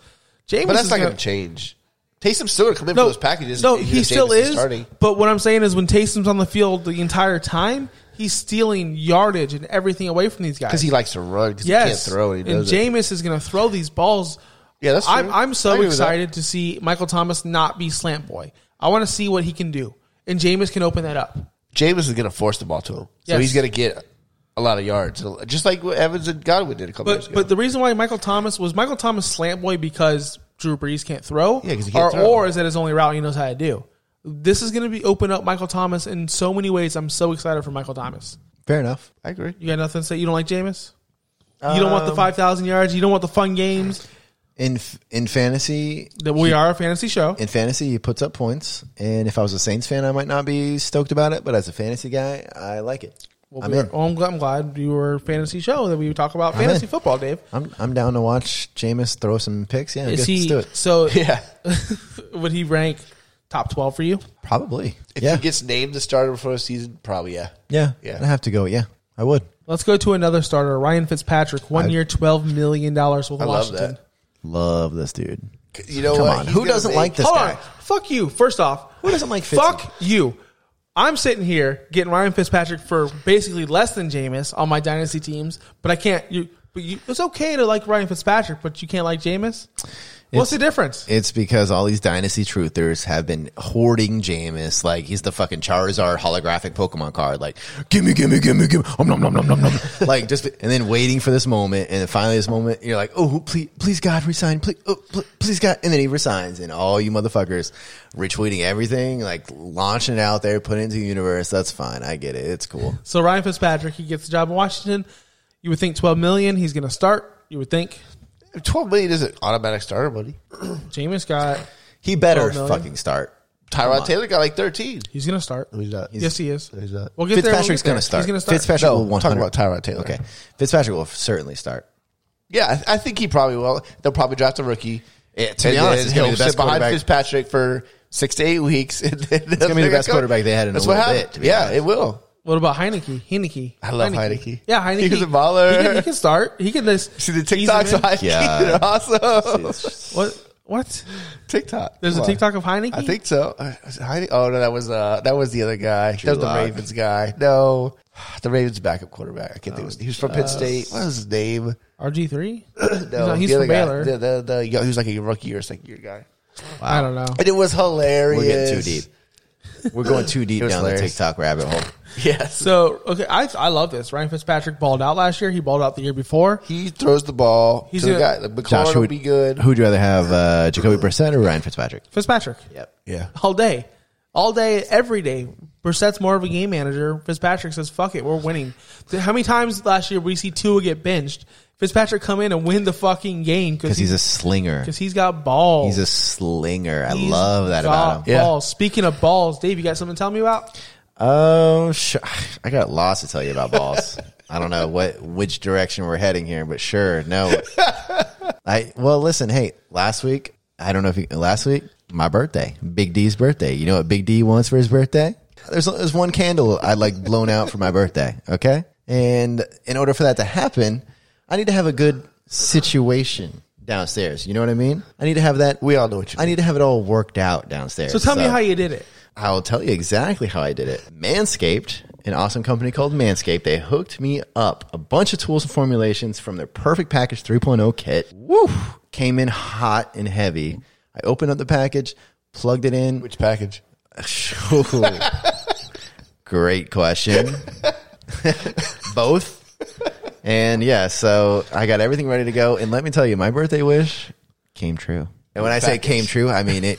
B: Jameis,
D: But that's
B: is
D: not going
B: gonna-
D: to change. Taysom's still going to come in for those packages.
B: No,
D: even
B: he
D: if
B: still
D: Jameis
B: is.
D: starting.
B: But what I'm saying is, when Taysom's on the field the entire time, he's stealing yardage and everything away from these guys.
D: because he likes to run because
B: yes,
D: he can't throw and he does it.
B: Jameis is going to throw these balls.
D: Yeah, that's
B: I'm,
D: true.
B: I'm
D: I
B: so
D: agree with that.
B: excited to see Michael Thomas not be slant boy. I want to see what he can do, and Jameis can open that up.
D: Jameis is going to force the ball to him, so
B: Yes.
D: he's going to get a lot of yards, just like what Evans and Godwin did a couple years
B: But
D: ago.
B: but the reason why Michael Thomas was Michael Thomas slant boy because Drew Brees can't throw.
D: Yeah, 'cause he can't
B: or,
D: throw.
B: Or is that his only route? He knows how to do. This is going to be open up Michael Thomas in so many ways. I'm so excited for Michael Thomas.
C: Fair enough.
D: I agree.
B: You got nothing to say? You don't like Jameis? You don't want
D: Um,
B: the 5,000 yards? You don't want the fun games?
C: In f- in fantasy,
B: That we are a fantasy show.
C: in fantasy, he puts up points. And if I was a Saints fan, I might not be stoked about it. But as a fantasy guy, I like it. I'm
B: We are-
C: in.
B: oh, I'm, glad, I'm glad you were a fantasy show that we talk about
C: I'm in.
B: fantasy football, Dave.
C: I'm I'm down to watch Jameis throw some picks. Yeah,
B: Is
C: good.
B: he
C: let's do it.
B: so?
D: Yeah.
B: would he rank top 12 for you?
C: Probably.
D: If
C: yeah.
D: he gets named the starter before the season, probably yeah.
C: yeah.
D: Yeah.
C: I'd have to go. Yeah, I would.
B: Let's go to another starter, Ryan Fitzpatrick, one year, $12 million with
D: I love
B: Washington.
D: that.
C: Love this dude.
D: You know
C: Come
D: what?
C: on.
D: He's
C: Who
D: gonna
C: doesn't
D: make-
C: like this
B: Hold
C: guy?
B: on. Fuck you, first off.
C: Who doesn't like Fitzy?
B: Fuck you. I'm sitting here getting Ryan Fitzpatrick for basically less than Jameis on my dynasty teams, but I can't. You, but you, it's okay to like Ryan Fitzpatrick, but you can't like Jameis. What's
C: It's-
B: the difference?
C: It's because all these dynasty truthers have been hoarding Jameis like he's the fucking Charizard holographic Pokemon card. Like, gimme, gimme, gimme, gimme, um, nom, nom, nom, nom, nom. like just and then waiting for this moment, and then finally this moment, you're like, oh, please, please, God, resign, please, oh, pl- please, God, and then he resigns, and all you motherfuckers retweeting everything, like launching it out there, putting it into the universe. That's fine, I get it, it's cool.
B: So Ryan Fitzpatrick, he gets the job in Washington. You would think 12 million, he's going to start. You would think
D: Twelve million isn't automatic starter, buddy.
B: Jameis got.
C: He better
B: 12 million?
C: fucking start.
D: Tyrod Taylor got like thirteen.
B: He's going to start.
D: He's not.
B: yes, he is.
D: He's not.
B: We'll get there, we'll
C: Fitzpatrick's
B: get there.
C: going to start.
B: He's going to start.
C: Fitzpatrick
D: No,
C: will
D: we're
C: 100.
D: talking about Tyrod Taylor.
C: Okay, Fitzpatrick will certainly start.
D: Yeah, I, I think he probably will. They'll probably draft a rookie.
C: Yeah, to be honest, it's gonna be the best
D: behind
C: quarterback.
D: Fitzpatrick for six to eight weeks. And then it's
C: gonna be the best quarterback they had in a little bit, to be
D: yeah,
C: honest.
D: it will.
B: What about Heineke? Heineke.
D: I love Heineke.
B: Yeah, Heineke.
D: He was a baller.
B: He can, he can start. He can just
D: See the
B: ease him
D: TikToks
B: in.
D: of Heineke
C: Yeah.
D: are awesome.
B: What? What?
D: TikTok.
B: There's a
D: Come on.
B: TikTok of Heineke.
D: I think so. Uh, is it Heine- Oh no, that was uh, that was the other guy. that was the
C: Lock.
D: Ravens guy. No, the Ravens backup quarterback. I can't think. Of his,
C: Oh,
D: he was from
C: uh,
D: Penn State. What was his name?
B: RG three.
D: No,
B: he's from
D: the other guy.
B: Baylor.
D: The, the, the, he was like a rookie or second year guy.
B: I don't know.
D: And it was hilarious.
C: We're getting too deep. We're going too deep
D: It was
C: down the
D: hilarious.
C: TikTok rabbit hole.
D: Yes.
B: So okay, I I love this. Ryan Fitzpatrick balled out last year. He balled out the year before.
D: He throws the ball
B: He's
D: to the
B: a-
D: guy. Like, McLaurin will
C: would-
D: be good.
C: Who'd you rather have, uh, Jacoby Brissett or Ryan Fitzpatrick?
B: Fitzpatrick.
C: Yep.
D: Yeah.
B: All day. All day, every day. Brissett's more of a game manager. Fitzpatrick says, fuck it, we're winning. Th- How many times last year we see Tua get benched? Fitzpatrick come in and win the fucking game
C: Because he's a slinger.
B: because he's got balls.
C: He's a slinger. I
B: He's
C: love that
B: got
C: about him.
B: Balls. Speaking of balls, Dave, you got something to tell me about?
C: Oh, sh- I got lost to tell you about balls. I don't know what which direction we're heading here, but sure, no. I well, listen, hey, last week I don't know if you last week my birthday, Big D's birthday. You know what Big D wants for his birthday? There's there's one candle I'd like blown out for my birthday. Okay, and in order for that to happen, I need to have a good situation downstairs. You know what I mean? I need to have that.
D: We all know what you
C: I need to have it all worked out downstairs.
B: So tell me how you did it.
C: I'll tell you exactly how I did it. Manscaped, an awesome company called Manscaped, they hooked me up a bunch of tools and formulations from their Perfect Package 3.0 kit. Woo! Came in hot and heavy. I opened up the package, plugged it in.
D: Which package?
C: Great question. Both. And yeah, so I got everything ready to go. And let me tell you, my birthday wish came true. And when I say came true, I mean it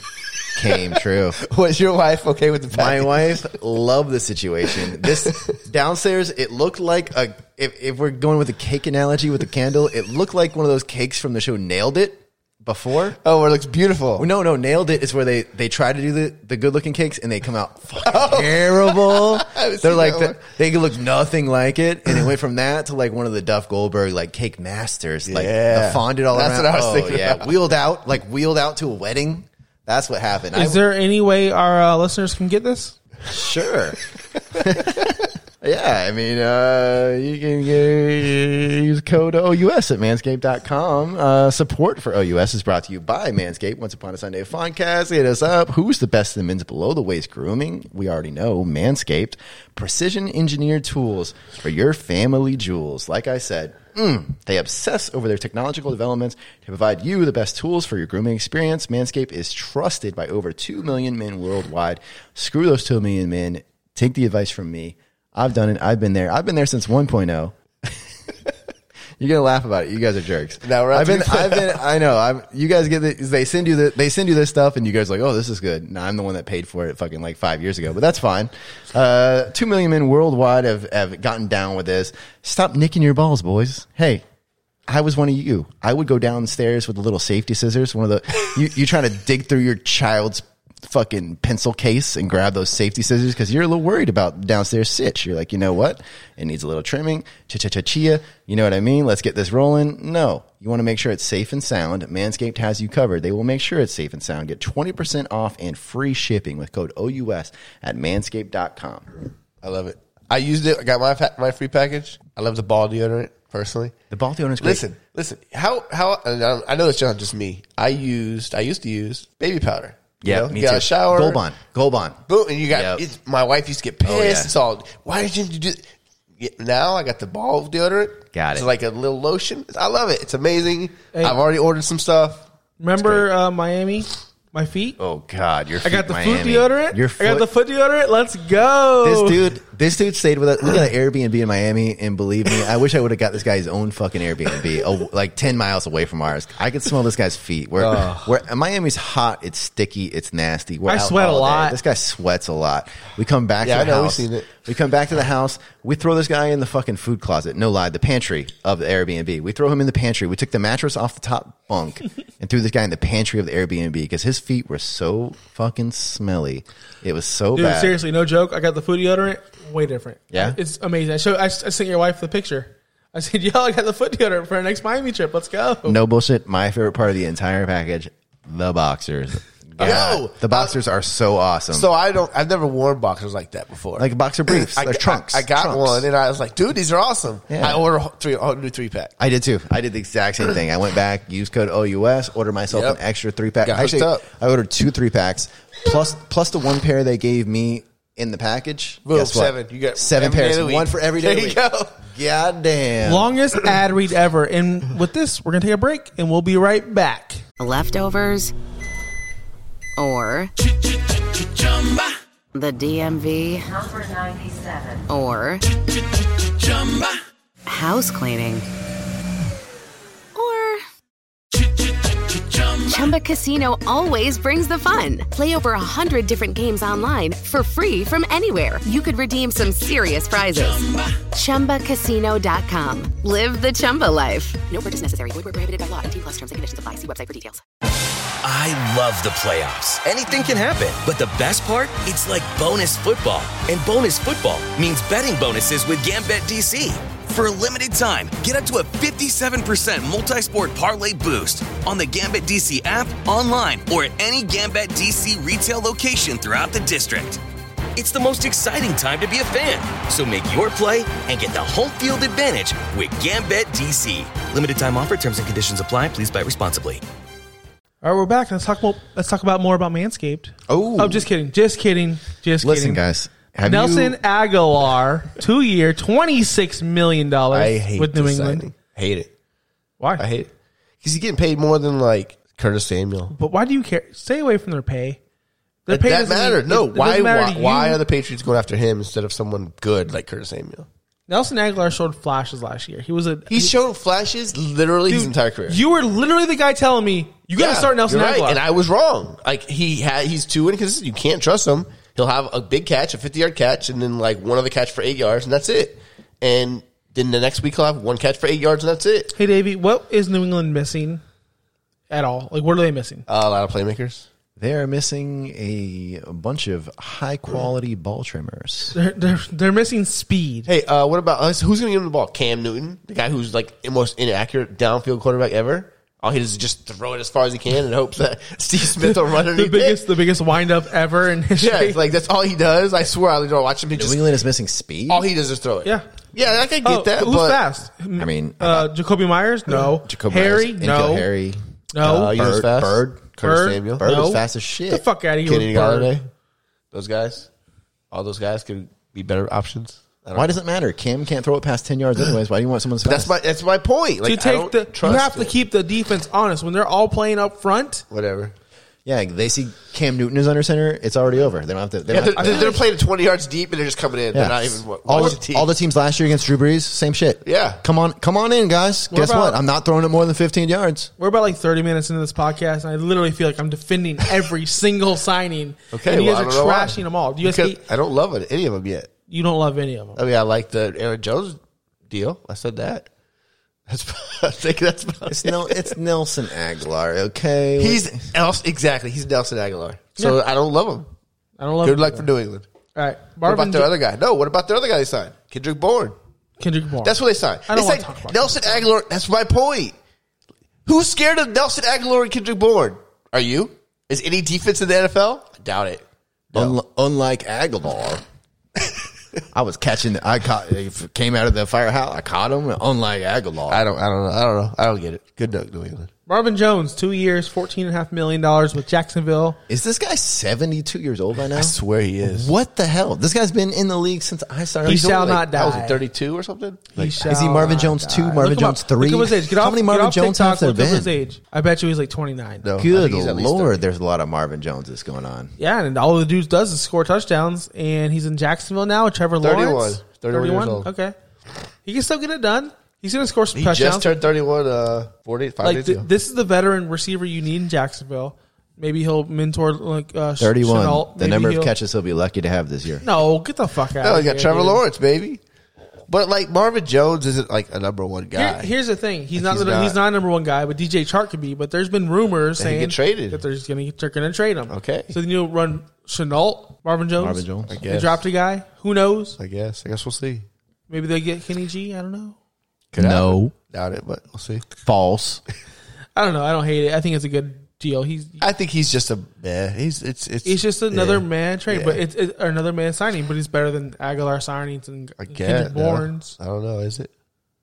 C: came true.
D: Was your wife okay with the
C: My
D: package?
C: wife loved the situation. This downstairs, it looked like a. If, if we're going with the cake analogy with the candle, it looked like one of those cakes from the show Nailed It before.
D: oh, it looks beautiful.
C: No, no, Nailed It is where they they try to do the, the good looking cakes and they come out fucking terrible.
D: Oh. haven't
C: They're
D: seen
C: like
D: that
C: the,
D: one.
C: they look nothing like it, and it went from that to like one of the Duff Goldberg like cake masters, like
D: Yeah.
C: the fondant all
D: That's
C: around.
D: what I was
C: oh,
D: thinking
C: yeah,
D: about.
C: wheeled out like wheeled out to a wedding. That's what happened. I-
B: Is there any way our uh, listeners can get this?
C: Sure. yeah, I mean, uh, you can get, use code OUS at manscaped.com. Uh, support for OUS is brought to you by Manscaped. Once Upon a Sunday Foncast, hit us up. Who's the best in men's below the waist grooming? We already know Manscaped. Precision engineered tools for your family jewels. Like I said, mm, they obsess over their technological developments to provide you the best tools for your grooming experience. Manscaped is trusted by over 2 million men worldwide. Screw those 2 million men. Take the advice from me. I've done it. I've been there. I've been there since 1.0. You're gonna laugh about it. You guys are jerks.
D: No, we're not
C: I've been,
D: doing that.
C: I've been, I know. I'm. You guys get the, they send you the, they send you this stuff, and you guys are like, oh, this is good. Now I'm the one that paid for it, fucking like five years ago, but that's fine. Uh, Two million men worldwide have have gotten down with this. Stop nicking your balls, boys. Hey, I was one of you. I would go downstairs with the little safety scissors. One of the you you trying to dig through your child's fucking pencil case and grab those safety scissors because you're a little worried about downstairs sitch. You're like, you know what? It needs a little trimming. Cha cha cha chia. You know what I mean? Let's get this rolling. No, you want to make sure it's safe and sound. Manscaped has you covered. They will make sure it's safe and sound. Get twenty percent off and free shipping with code OUS at manscaped.com.
D: I love it. I used it. I got my pa- my free package. I love the ball deodorant personally.
C: The ball deodorant's great.
D: Listen, listen. How how and I I know it's not just me. I used I used to use baby powder. You know?
C: Yeah,
D: you
C: me
D: got
C: too.
D: a shower.
C: Gold bond. Gold bond.
D: Boom, and you got
C: Yep.
D: it's, my wife used to get pissed.
C: Oh, yeah.
D: It's all why did you do? th-" Yeah, Now I got the ball deodorant.
C: Got
D: It's
C: it.
D: like a little lotion. I love it. It's amazing. I've already ordered some stuff.
B: Remember uh, Miami? My feet?
C: Oh God, your
B: I got
C: feet,
B: the foot
C: Miami.
B: deodorant.
C: Your
B: I got
C: foot-
B: the foot deodorant. Let's go.
C: This dude, this dude stayed with us. We got an Airbnb in Miami, and believe me, I wish I would have got this guy his own fucking Airbnb, oh, like ten miles away from ours. I could smell this guy's feet. Where, where Miami's hot, it's sticky, it's nasty. We're
B: I
C: out
B: sweat a
C: all day.
B: lot.
C: This guy sweats a lot. We come back
D: Yeah,
C: to
D: I
C: the
D: know, we've
C: house.
D: seen it.
C: We come back to the house. We throw this guy in the fucking food closet. No lie, the pantry of the Airbnb. We throw him in the pantry. We took the mattress off the top bunk and threw this guy in the pantry of the Airbnb because his feet were so fucking smelly. It was so
B: Dude,
C: bad.
B: seriously, no joke. I got the food deodorant. Way different.
C: Yeah?
B: it's amazing. I showed. I, I sent your wife the picture. I said, "Yo, I got the foot deodorant for our next Miami trip. Let's go."
C: No bullshit. My favorite part of the entire package, the boxers. God,
D: Oh.
C: the boxers are so awesome.
D: So I don't. I've never worn boxers like that before.
C: like boxer briefs,
D: I,
C: they're
D: got-
C: trunks.
D: I, got
C: trunks.
D: one and I was like, dude, these are awesome.
C: Yeah.
D: I ordered a whole- three, a whole new three pack.
C: I did too. I did the exact same thing. I went back, used code OUS, ordered myself
D: Yep.
C: an extra three pack.
D: Got hooked
C: Actually,
D: up.
C: I ordered two three packs plus plus the one pair they gave me in the package.
D: Boom,
C: Guess what?
D: seven. You got
C: seven
D: every day of
C: pairs,
D: the week.
C: one for every day.
D: There you go.
C: God damn.
B: Longest ad read ever. And with this, we're gonna take a break, and we'll be right back.
A: leftovers, or the DMV,
G: Number 97.
A: or house cleaning, or Chumba Casino always brings the fun. Play over a hundred different games online for free from anywhere. You could redeem some serious prizes. ChumbaCasino.com. Live the Chumba life. No purchase necessary. Void were prohibited by law. T plus terms and conditions apply. See website for details.
F: I love the playoffs. Anything can happen. But the best part? It's like bonus football. And bonus football means betting bonuses with Gambit DC. For a limited time, get up to a 57% multi sport parlay boost on the Gambit DC app, online, or at any Gambit DC retail location throughout the district. It's the most exciting time to be a fan. So make your play and get the home field advantage with Gambit DC. Limited time offer, terms and conditions apply. Please buy responsibly.
B: All right, we're back. Let's talk about let's talk about more about Manscaped.
C: Oh.
B: I'm just kidding. Just kidding. Just
C: Listen,
B: kidding.
C: guys. Have
B: Nelson
C: you,
B: Aguilar, two year, twenty six million
D: I
B: dollars
D: hate
B: with New
D: this
B: England.
D: signing. Hate it.
B: Why?
D: I hate it because he's getting paid more than like Curtis Samuel.
B: But why do you care? Stay away from their pay. Their
D: That, that
B: doesn't mean-
D: matter.
B: it-
D: no,
B: it
D: why?
B: doesn't matter
D: Why,
B: to
D: why
B: you.
D: are the Patriots going after him instead of someone good like Curtis Samuel?
B: Nelson Aguilar showed flashes last year? He was a
D: He's shown flashes literally his
B: dude,
D: entire career.
B: You were literally the guy telling me you got to
D: Yeah,
B: start Nelson
D: you're right,
B: Aguilar.
D: and I was wrong. Like he had, he's too inconsistent. You can't trust him. He'll have a big catch, a fifty-yard catch, and then like one other catch for eight yards, and that's it. And then the next week he'll have one catch for eight yards, and that's it.
B: hey, Davey, what is New England missing at all? Like, what are they missing?
D: Uh, a lot of playmakers.
C: They are missing a, a bunch of high quality ball trimmers.
B: They're, they're they're missing speed.
D: Hey, uh, what about us? Who's going to give him the ball? Cam Newton, the guy who's like the most inaccurate downfield quarterback ever. All he does is just throw it as far as he can and hopes that Steve Smith will run
B: the
D: underneath
B: biggest
D: it.
B: the biggest wind up ever in history.
D: Yeah, it's like that's all he does. I swear, I don't watch him. He
C: New
D: just
C: England is missing speed.
D: all he does is throw it.
B: Yeah.
D: yeah, I can get
B: oh,
D: that.
B: who's
D: but
B: fast?
C: I mean, I
B: uh, Jacoby Myers, no.
C: Jacob
B: Harry,
C: Myers,
B: no.
C: Nikhil Harry.
B: No.
D: Uh, you know who's
C: Bird,
D: fast?
C: Bird,
D: Curtis
B: Bird?
D: Samuel.
C: Bird
B: No.
C: is fast as shit.
B: Get the fuck out of here.
D: Kenny
B: with Bird.
D: Galladay. Those guys. All those guys could be better options. I don't
C: Why
D: know.
C: does it matter? Kim can't throw it past ten yards anyways. Why do you want someone?
D: That's my that's my point. Like,
B: to take
D: I don't
B: the you
D: trust
B: have to
D: it.
B: keep the defense honest when they're all playing up front.
D: whatever.
C: Yeah, they see Cam Newton is under center. It's already over. They don't have to. They
D: Yeah,
C: don't
D: they're,
C: have
D: they're,
C: to-
D: they're playing twenty yards deep and they're just coming in.
C: Yeah.
D: They're not even what,
C: all,
D: what's
C: the, all the teams last year against Drew Brees, same shit.
D: Yeah.
C: come on, come on in, guys. Guess what?
B: about-
C: I'm not throwing it more than 15 yards.
B: We're about like 30 minutes into this podcast, and I literally feel like I'm defending every single signing.
D: Okay,
B: and you
D: well, I
B: guys
D: don't know
B: are
D: why.
B: trashing them all. Do you guys
D: Because
B: hate,
D: I don't love it, any of them yet.
B: you don't love any of them.
D: I mean, I like the Aaron Jones deal. I said that. That's I think that's about
C: It's
D: it.
C: no, it's Nelson Aguilar. Okay,
D: He's else exactly. He's Nelson Aguilar. So
B: Yeah.
D: I don't love him.
B: I don't love.
D: Good
B: them.
D: luck for New England.
B: All right,
D: What about
B: Marvin
D: their
B: J-
D: other guy? No. What about their other guy they signed? Kendrick Bourne.
B: Kendrick Bourne.
D: That's what they signed.
B: I
D: they
B: don't wanna
D: signed
B: talk about
D: Nelson Aguilar. That's my point. Who's scared of Nelson Aguilar and Kendrick Bourne? Are you? Is any defense in the NFL? I doubt it.
C: Un- unlike Aguilar. I was catching. The, I caught. He f- came out of the firehouse. I caught him. Unlike Aguilar,
D: I don't. I don't know. I don't know. I don't get it. Good luck, New England.
B: Marvin Jones, two years, fourteen and a half million dollars with Jacksonville.
C: is this guy 72 years old by now?
D: I swear he is.
C: What the hell? This guy's been in the league since I started.
B: He
C: He's
B: shall
C: only, like,
B: not die.
D: That was thirty-two or something.
B: He
C: Is he
B: shall
C: Marvin
B: not
C: Jones
B: die.
C: two? Marvin
B: Look him up.
C: Jones three?
B: Look at his age. Get
C: How
B: off,
C: many
B: get
C: Marvin
B: off
C: Jones
B: TikTok,
C: have there
B: look up his
C: been?
B: age. I bet you he's like twenty nine.
D: No, I think
C: Good
D: he's at least
C: lord,
D: 30.
C: there's a lot of Marvin Joneses going on.
B: Yeah, and all the dudes does is score touchdowns, and he's in Jacksonville now. with Trevor
D: 31.
B: Lawrence,
D: 31 years old.
B: Okay, he can still get it done. He's going to score some
D: He
B: touchdowns.
D: just turned thirty-one. Uh, four days, five
B: like
D: days
B: th-
D: ago.
B: this is the veteran receiver you need in Jacksonville. Maybe he'll mentor like uh, Ch-
C: 31.
B: Chenault.
C: the
B: Maybe
C: number of
B: he'll-
C: catches he'll be lucky to have this year.
B: No, get the fuck out.
D: no,
B: of
D: you
B: here,
D: got Trevor
B: dude.
D: Lawrence, baby. But like Marvin Jones isn't like a number one
B: Here-
D: guy.
B: here's the thing: he's not
D: he's
B: the- he's
D: not-
B: not a number one guy, but DJ Chark could be. But there's been rumors
D: he
B: saying
D: get traded.
B: that they're just gonna they're gonna trade him.
D: Okay.
B: so then you'll run Chenault, Marvin Jones,
C: Marvin Jones. I
B: They
D: guess.
B: dropped a guy. Who knows?
D: I guess. I guess we'll see.
B: Maybe they get Kenny G. I don't know.
C: no,
D: Doubt it, but we'll see.
C: false.
B: I don't know. I don't hate it. I think it's a good deal. He's
D: I think he's just a man. He's it's it's
B: he's just another man trade,
D: Yeah.
B: but it's, it's or another man signing. But he's better than Aguilar signings and
D: I
B: Kendrick
D: get no.
B: Bournes.
D: I don't know. Is it?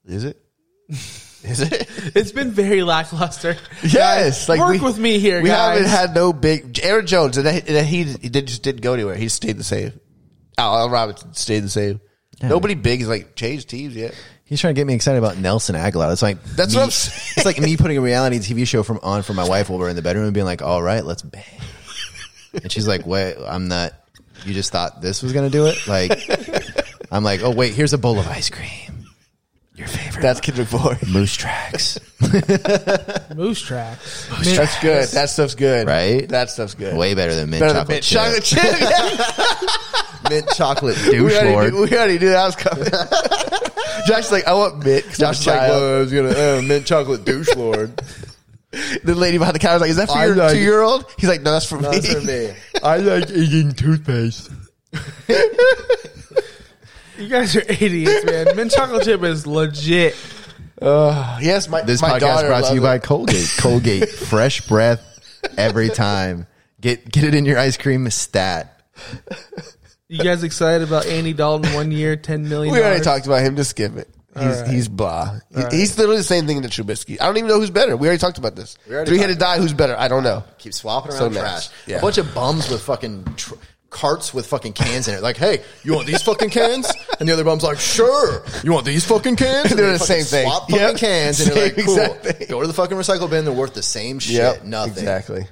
D: Is it? Is it?
B: It's been very lackluster.
D: yes.
B: work with me here,
D: We
B: guys.
D: haven't had no big Aaron Jones, and, that- and that he he did, just didn't go anywhere. He stayed the same. Al, Al Robinson stayed the same. Nobody big has like changed teams yet.
C: He's trying to get me excited about Nelson Aguilar. It's like
D: That's
C: me-
D: what I'm saying.
C: It's like me putting a reality TV show from on for my wife while we're in the bedroom and being like, "All right, let's bang," and she's like, "Wait, I'm not." you just thought this was going to do it. Like, I'm like, oh wait, here's a bowl of ice cream. Your favorite.
D: That's Kid McFlurry.
C: Moose Tracks.
B: Moose tracks.
D: That's good. That stuff's good.
C: Right?
D: That stuff's good.
C: Way better than mint
D: better than
C: chocolate
D: mint
C: chip.
D: chocolate chip. Yeah,
C: mint chocolate
D: we,
C: douche
D: already
C: lord.
D: knew, we already knew that was coming. Josh is like, I want mint. 'cause
C: Josh is
D: I'm a
C: like,
D: child.
C: "Well, I was gonna, uh, mint chocolate douche
D: lord. the lady behind the counter is like, "Is that for
C: I'm
D: your
C: like-
D: two year old?" He's like, "No, that's for me."
C: I like eating toothpaste.
B: You guys are idiots, man. Mint chocolate chip is legit.
D: yes, my
C: This
D: my
C: podcast
D: daughter
C: brought to you by
D: loves
C: Colgate. Colgate, fresh breath every time. Get get it in your ice cream stat.
B: You guys excited about Andy Dalton one year, ten
D: it.
B: million?
D: We already talked about him. Just skip it. He's
B: right.
D: he's blah. He- He's literally the same thing to Trubisky. I don't even know who's better. We already talked about this.
C: already
D: Three headed die. Who's better? I don't know.
C: Keep swapping
D: So
C: around
D: next.
C: trash.
D: Yeah.
C: A bunch of bums with fucking tr- carts with fucking cans in it. Like, hey, you want these fucking cans? And the other bum's like, sure. You want these fucking cans? And
D: They're
C: they
D: the
C: fucking
D: same thing.
C: Swap fucking
D: Yep.
C: cans, and
D: Same
C: they're like, cool.
D: exact thing.
C: Go to the fucking recycle bin. They're worth the same shit.
D: Yep,
C: Nothing.
D: Exactly.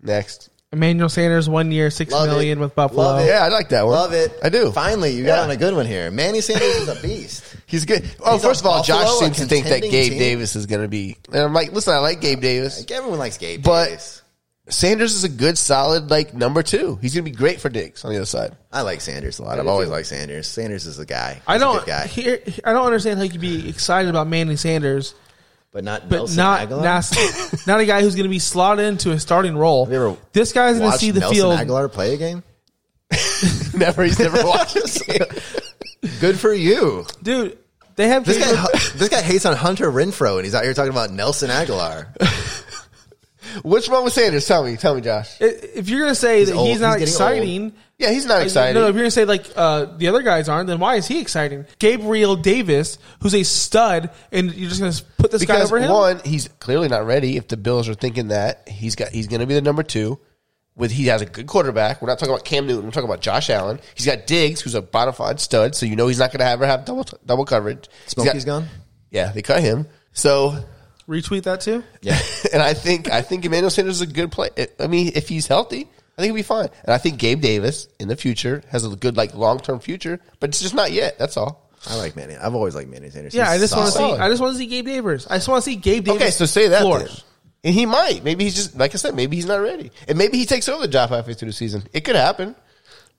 D: Next.
B: Emmanuel Sanders one year, six million
C: Love it.
B: with Buffalo.
C: Love it.
D: Yeah, I like that one.
C: Love it.
D: I do.
C: Finally, you
D: Yeah.
C: got on a good one here. Manny Sanders is a beast.
D: He's good. Oh,
C: He's
D: first of
C: on
D: all, Josh
C: Buffalo, a
D: seems to think that
C: contending
D: Gabe
C: team.
D: Davis is going to be. And I'm like, listen, I like Gabe Davis.
C: Like, everyone likes Gabe
D: But-
C: Davis.
D: Sanders is a good, solid, like number two. He's going to be great for Diggs on the other side.
C: I like Sanders a lot. I've always liked Sanders. Sanders is a guy. He's
B: I
C: a
B: don't.
C: good guy,
B: Here, I don't understand how you could be excited about Manny Sanders,
C: but not
B: but
C: Nelson
B: not
C: Aguilar.
B: not, not a guy who's going to be slotted into a starting role.
C: Have you ever
B: This guy's going to
C: watched
B: see the
C: Nelson
B: field.
C: Aguilar play a game.
D: never, he's never watched. this game.
C: Good for you.
B: Dude, they have
C: This
B: Gabriel-
C: guy, this guy hates on Hunter Renfro, and he's out here talking about Nelson Aguilar.
D: Which one was Sanders? Tell me, tell me, Josh.
B: If you're going to say that
C: old.
B: he's not
C: He's getting
B: exciting,
D: Yeah, he's not exciting.
B: No, no, if you're gonna say like uh, the other guys aren't, then why is he exciting? Gabriel Davis, who's a stud, and you're just gonna put this guy
D: because
B: over him?
D: one, he's clearly not ready. If the Bills are thinking that he's got, he's going to be the number two. With he has a good quarterback. We're not talking about Cam Newton. We're talking about Josh Allen. He's got Diggs, who's a bona fide stud. So you know he's not going to ever have double double coverage. He's got-
C: Smokey's gone.
D: Yeah, they cut him. So
B: Retweet that too.
C: Yeah,
D: and I think I think Emmanuel Sanders is a good play. I mean, if he's healthy, I think he'll be fine. And I think Gabe Davis in the future has a good like long term future, but it's just not yet. That's all.
C: I like Manny. I've always liked Manny Sanders.
B: Yeah, I just want to see.
C: solid.
B: I just want to see Gabe Davis. I just want to see Gabe Davis.
D: Okay, so say that.
B: flourish.
D: Then. And he might. Maybe he's just like I said. Maybe he's not ready, and maybe he takes over the job halfway through the season. It could happen,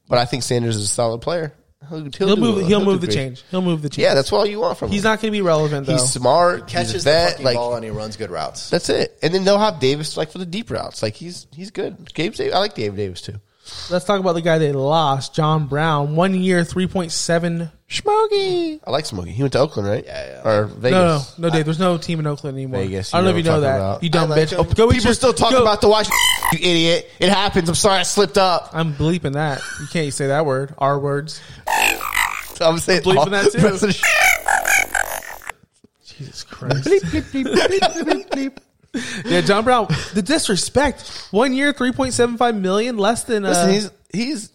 D: but I think Sanders is a solid player. He'll,
B: He'll move. He'll,
D: do
B: move the
D: great.
B: change. He'll move the change.
D: Yeah, that's all you want from
B: he's
D: him.
B: not gonna be relevant though.
D: He's smart.
C: catches
D: he's a
C: the
D: vet,
C: fucking
D: like,
C: ball and he runs good routes.
D: That's it. And then they'll have Davis like for the deep routes. Like he's he's good. Gabe Davis. I like Dave Davis too.
B: Let's talk about the guy they lost, John Brown. One year, three point seven.
D: Smokey. I like Smokey. He went to Oakland, right?
C: Yeah, yeah.
D: Or
B: No,
D: Vegas.
B: no, no, Dave. There's no team in Oakland anymore.
D: Vegas,
B: I don't know
D: you
B: if you
D: know
B: know
D: what I'm
B: that.
D: talking about.
B: You dumb
C: I like
B: bitch.
C: him.
B: Oh, go eat
D: People
B: your-
D: still talking
B: go-
D: about the Washington. You idiot! It happens. I'm sorry, I slipped up.
B: I'm bleeping that. You can't say that word. R words.
D: I'm saying
B: bleeping
D: all-
B: that too.
D: rest of the sh-
B: Jesus Christ. Yeah, John Brown, the disrespect. One year, three point seven five million, less than. Uh,
D: Listen, he's he's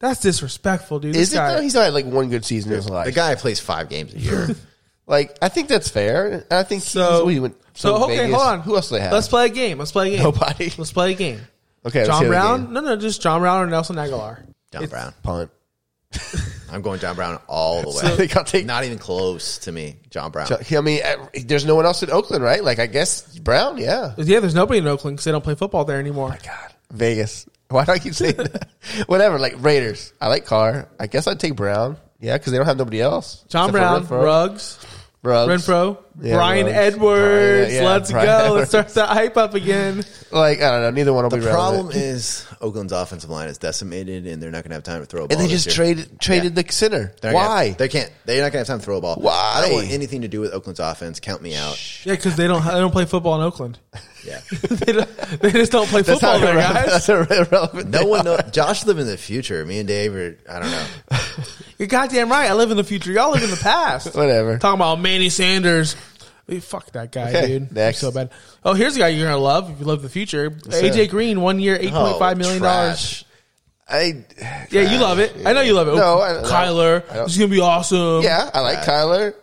B: that's disrespectful, dude. This
D: is it
B: guy,
D: though? He's had like one good season in his life.
C: The guy plays five games a year.
D: like I think that's fair. And I think
B: so
D: he's, we went.
B: so
D: to
B: okay,
D: Vegas.
B: hold on.
D: Who else do they have?
B: Let's play a game. Let's play a game.
D: Nobody.
B: Let's play a game.
D: Okay, let's
B: John
D: hear the
B: Brown.
D: game.
B: No, no, just John Brown or Nelson Aguilar.
C: John Brown.
D: punt.
C: I'm going John Brown all the way.
D: I think I'll take.
C: Not even close to me, John Brown.
D: I mean, I- there's no one else in Oakland, right? Like I guess Brown. Yeah.
B: Yeah, there's nobody in Oakland because they don't play football there anymore.
D: God, Vegas. Why do I keep saying that? Whatever. Like Raiders. I like Carr. I guess I'd take Brown. Yeah, because they don't have nobody else.
B: John Brown,
D: Except for
B: Ruggs,
D: Ruggs.
B: Renfro,
D: Yeah,
B: Brian
D: Ruggs.
B: Edwards.
D: Brian- yeah,
B: Let's
D: Brian
B: go.
D: Edwards.
B: Let's start the hype up again.
D: Like I don't know. Neither one will
C: The
D: be
C: problem
D: relevant.
C: is Oakland's offensive line is decimated, and they're not going to have time to throw a ball.
B: Oh,
D: and they
C: this
D: just
C: year.
D: traded traded the center.
C: They're not gonna
D: Why?
C: have- they can't. They're not going to have time to throw a ball.
D: Why?
C: I don't want anything to do with Oakland's offense. Count me out.
B: Yeah, because they don't they don't play football in Oakland.
C: Yeah.
B: they, don't, they just don't play football there,
D: irrelevant-
B: guys.
D: That's irrelevant.
C: No one knows. Josh live in the future. Me and Dave are. I don't know.
B: You're goddamn right. I live in the future. Y'all live in the past.
D: Whatever.
B: Talking about Manny Sanders. Hey, Fuck that guy,
D: Okay,
B: dude.
D: next.
B: So bad. Oh, here's a guy you're gonna love if you love the future. AJ Green, one year, eight point
D: Oh,
B: five million dollars.
C: trash.
D: I
B: Yeah, you love it. I know you love it.
D: No,
B: Oh,
D: I don't-
B: Kyler,
D: I don't-
B: he's gonna be awesome.
D: yeah, I like Kyler.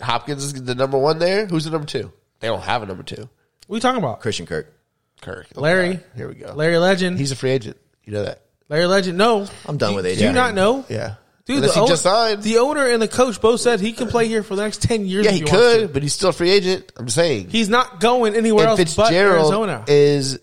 D: Hopkins is the number one there. Who's the number two? They don't have a number two.
B: What are you talking about?
C: Christian Kirk.
D: Kirk. Oh,
B: Larry.
D: God. Here we go.
B: Larry Legend.
D: He's a free agent. You know that.
B: Larry Legend, no.
C: I'm done
B: Do-
C: with
B: Do
C: AJ
B: you not
C: Green.
B: know?
D: Yeah.
B: Dude,
D: Unless
B: the,
D: he just
B: owner,
D: signed.
B: the owner and the coach both said he can play here for the next 10 years
D: yeah,
B: if
D: he
B: wants to.
D: could, but he's still a free agent. I'm saying.
B: He's not going anywhere
D: and
B: else but Arizona.
D: Fitzgerald is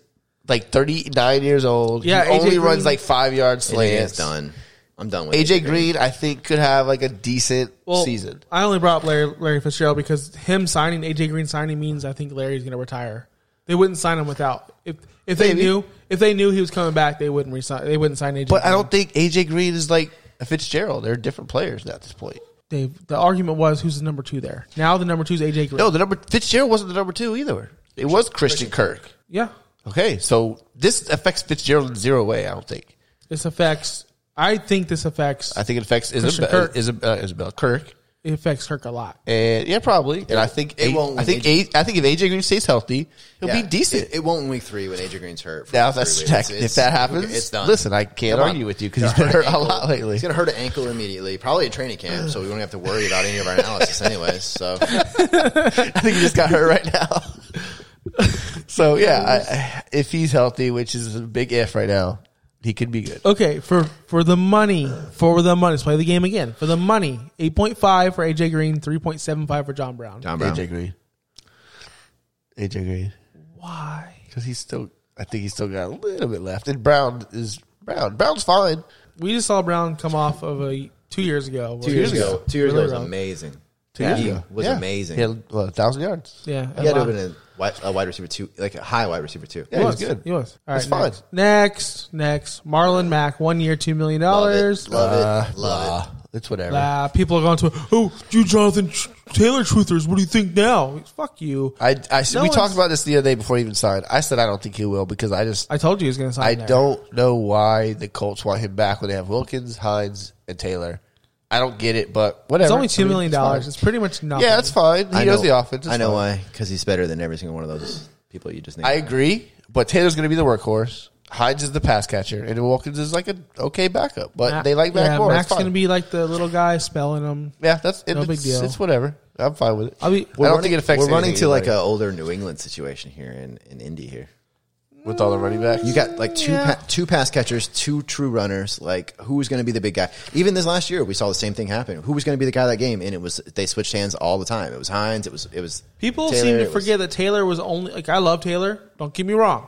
D: like 39 years old.
B: Yeah,
D: he
B: AJ
D: only
B: Green-
D: runs like five yard slants.
C: It's done. I'm done with
D: AJ Green, I think, could have like a decent
B: Well,
D: season.
B: I only brought up Larry, Larry Fitzgerald because him signing, AJ Green signing means I think Larry's going to retire. They wouldn't sign him without if if they
D: Maybe.
B: knew if they knew he was coming back, they wouldn't resign. They wouldn't sign AJ.
D: But I
B: Green.
D: don't think AJ Green is like a Fitzgerald. They're different players now at this point.
B: Dave, the argument was who's the number two there. Now the number two is AJ Green.
D: No, the number Fitzgerald wasn't the number two either. It was Christian Kirk.
B: Yeah,
D: Okay, so this affects Fitzgerald in zero way. I don't think.
B: this affects. I think this affects
D: I think it affects
B: Christian
D: Isabel,
B: Kirk.
D: Isabel, uh, Isabel Kirk,
B: it affects Kirk a lot.
D: and yeah, probably. And I think
C: It
D: A-
C: won't
D: I
C: win
D: think
C: AJ.
D: A- I think if AJ Green stays healthy, he'll
C: Yeah.
D: be decent.
C: It, it won't in week three when AJ Green's hurt. for
D: now, if
C: three
D: that's
C: weeks.
D: that,
C: It's-
D: if that happens,
C: it's done.
D: listen, I can't
C: Come on.
D: argue with you because he's been hurt a lot lately.
C: He's gonna hurt an ankle immediately, probably at training camp, so we won't have to worry about any of our analysis, anyways. So
D: I think he just got hurt right now. so yeah, I- I, if he's healthy, which is a big if right now, he could be good.
B: Okay, for for the money, for the money, let's play the game again. For the money, eight point five for AJ Green, three point seven five for John Brown.
C: John
D: AJ Green. AJ Green.
B: Why?
D: Because he's still, I think he's still got a little bit left. And Brown is Brown. Brown's fine.
B: We just saw Brown come off of a two years ago.
C: two years ago, two years ago was
B: Really wrong.
C: amazing.
D: Two
C: Yeah.
D: years
C: He
D: ago.
C: was
D: Yeah.
C: amazing.
D: He had what, a thousand yards.
B: Yeah,
C: He had to have been a wide, a wide receiver two, like a high wide receiver two.
D: Yeah, he was good.
B: He was. All right,
D: That's fine.
B: next. Next, next, Marlon Mack, one year, two million
C: Love it,
B: dollars.
C: love it, love
D: Uh, it's whatever.
B: Uh, people are going to, oh, you Jonathan Ch- Taylor truthers. What do you think now? Fuck you.
D: I, I
B: No
D: we talked
B: one's-
D: about this the other day before he even signed. I said I don't think he will because I just
B: I told you he was going to sign.
D: I
B: there.
D: don't know why the Colts want him back when they have Wilkins, Hines, and Taylor. I don't get it, but whatever.
B: It's only
D: I
B: two
D: mean,
B: million
D: it's fine.
B: dollars. It's pretty much nothing.
D: Yeah, that's fine. He
C: I
D: knows
C: know-
D: the offense. It's
C: I know
D: fine.
C: why, because he's better than every single one of those people you just named.
D: I agree, but Taylor's going to be the workhorse. Hines is the pass catcher, and Wilkins is like an okay backup. But
B: Mac-
D: they like back
B: yeah,
D: more.
B: Mack's
D: going
B: to be like the little guy spelling them.
D: yeah. That's it,
B: no big
D: it's,
B: deal.
D: It's whatever. I'm fine with it.
B: I'll be-
D: I don't think it affects.
C: We're running
D: anything
C: to like
D: either
C: an older New England situation here in, in Indy here.
D: with all the running backs.
C: You got like two
B: Yeah.
C: pa- two pass catchers, two true runners. Like who's going to be the big guy? Even this last year, we saw the same thing happen. Who was going to be the guy that game? And it was they switched hands all the time. It was Hines. It was it was
B: People
C: Taylor,
B: seem to
C: it was-
B: forget that Taylor was only like I love Taylor. Don't get me wrong,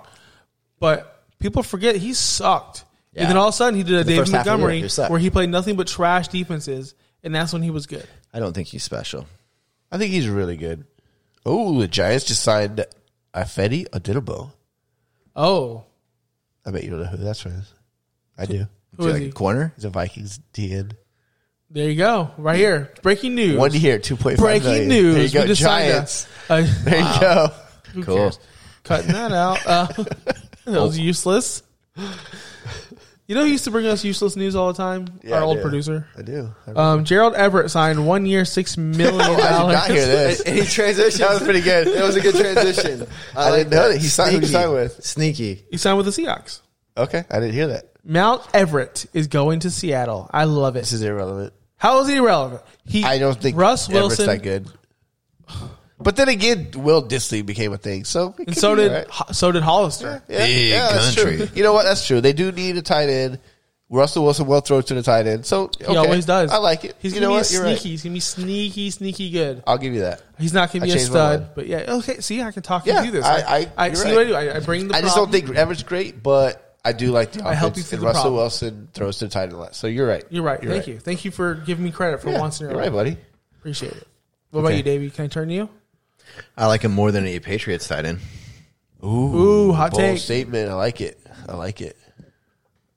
B: but people forget he sucked.
C: Yeah.
B: And then all of a sudden he did a
C: the
B: David
C: first half of the year,
B: Montgomery
C: he sucked.
B: where he played nothing but trash defenses, and that's when he was good.
C: I don't think he's special.
D: I think he's really good. Oh, the Giants just signed Ifedi Odinabo.
B: Oh,
D: I bet you don't know who that's from. I do.
B: who is
C: Like
B: he?
C: corner.
D: He's a Vikings DN.
B: There you go, right here. Breaking news.
D: One year, two point five.
B: Breaking news.
D: There you go,
B: We just signed
D: Giants.
B: a- a-
D: There you go.
B: who
C: Cool. Oh.
B: cares? Cutting that out. Uh, that was useless. You know, he used to bring us useless news all the time.
D: Yeah,
B: Our
D: I
B: old
D: do.
B: producer.
D: I do. I
B: Um, Gerald Everett signed one year, six million
D: did not hear
B: dollars.
D: this.
C: Any transition? That was pretty good. That was a good transition. I,
D: I didn't know that. He signed- who'd he sign with?
C: Sneaky.
B: he signed with the Seahawks.
D: Okay, I didn't hear that.
B: Mount Everett is going to Seattle. I love it.
D: This is irrelevant.
B: How is he irrelevant? He,
D: I don't think
B: Russ
D: Everett's
B: Wilson
D: that good. But then again, Will Disley became a thing, so it
B: and
D: could
B: so
D: be
B: did
D: all right.
B: Ho- so did Hollister.
D: Yeah,
C: Big
D: yeah, that's
C: country.
D: true. You know what? That's true. They do need a tight end. Russell Wilson will throw it to the tight end, so okay.
B: He always does.
D: I like it.
B: He's
D: you
B: gonna
D: know
B: be
D: what? You're
B: sneaky.
D: right.
B: He's gonna be sneaky, sneaky good.
D: I'll give you that.
B: He's not gonna
D: I
B: be a
D: changed my mind.
B: stud, but yeah. Okay, see, I can talk
D: Yeah,
B: you through this.
D: I- I-
B: I,
D: you're
B: see
D: right.
B: what I do. I, I bring the.
D: I just don't
B: problem.
D: think Everett's great, but I do like the offense.
B: I help you through
D: and
B: the
D: Russell
B: problem.
D: Wilson throws to the tight end a lot. So you're right.
B: You're right. Thank you. Thank you for giving me credit for
D: Yeah,
B: once in your
D: you're
B: life.
D: right, buddy.
B: Appreciate it. What about you, Davey? Can I turn to you?
C: I like him more than any Patriots tight end.
B: Ooh, hot
D: Bold
B: take.
D: statement. I like it. I like it.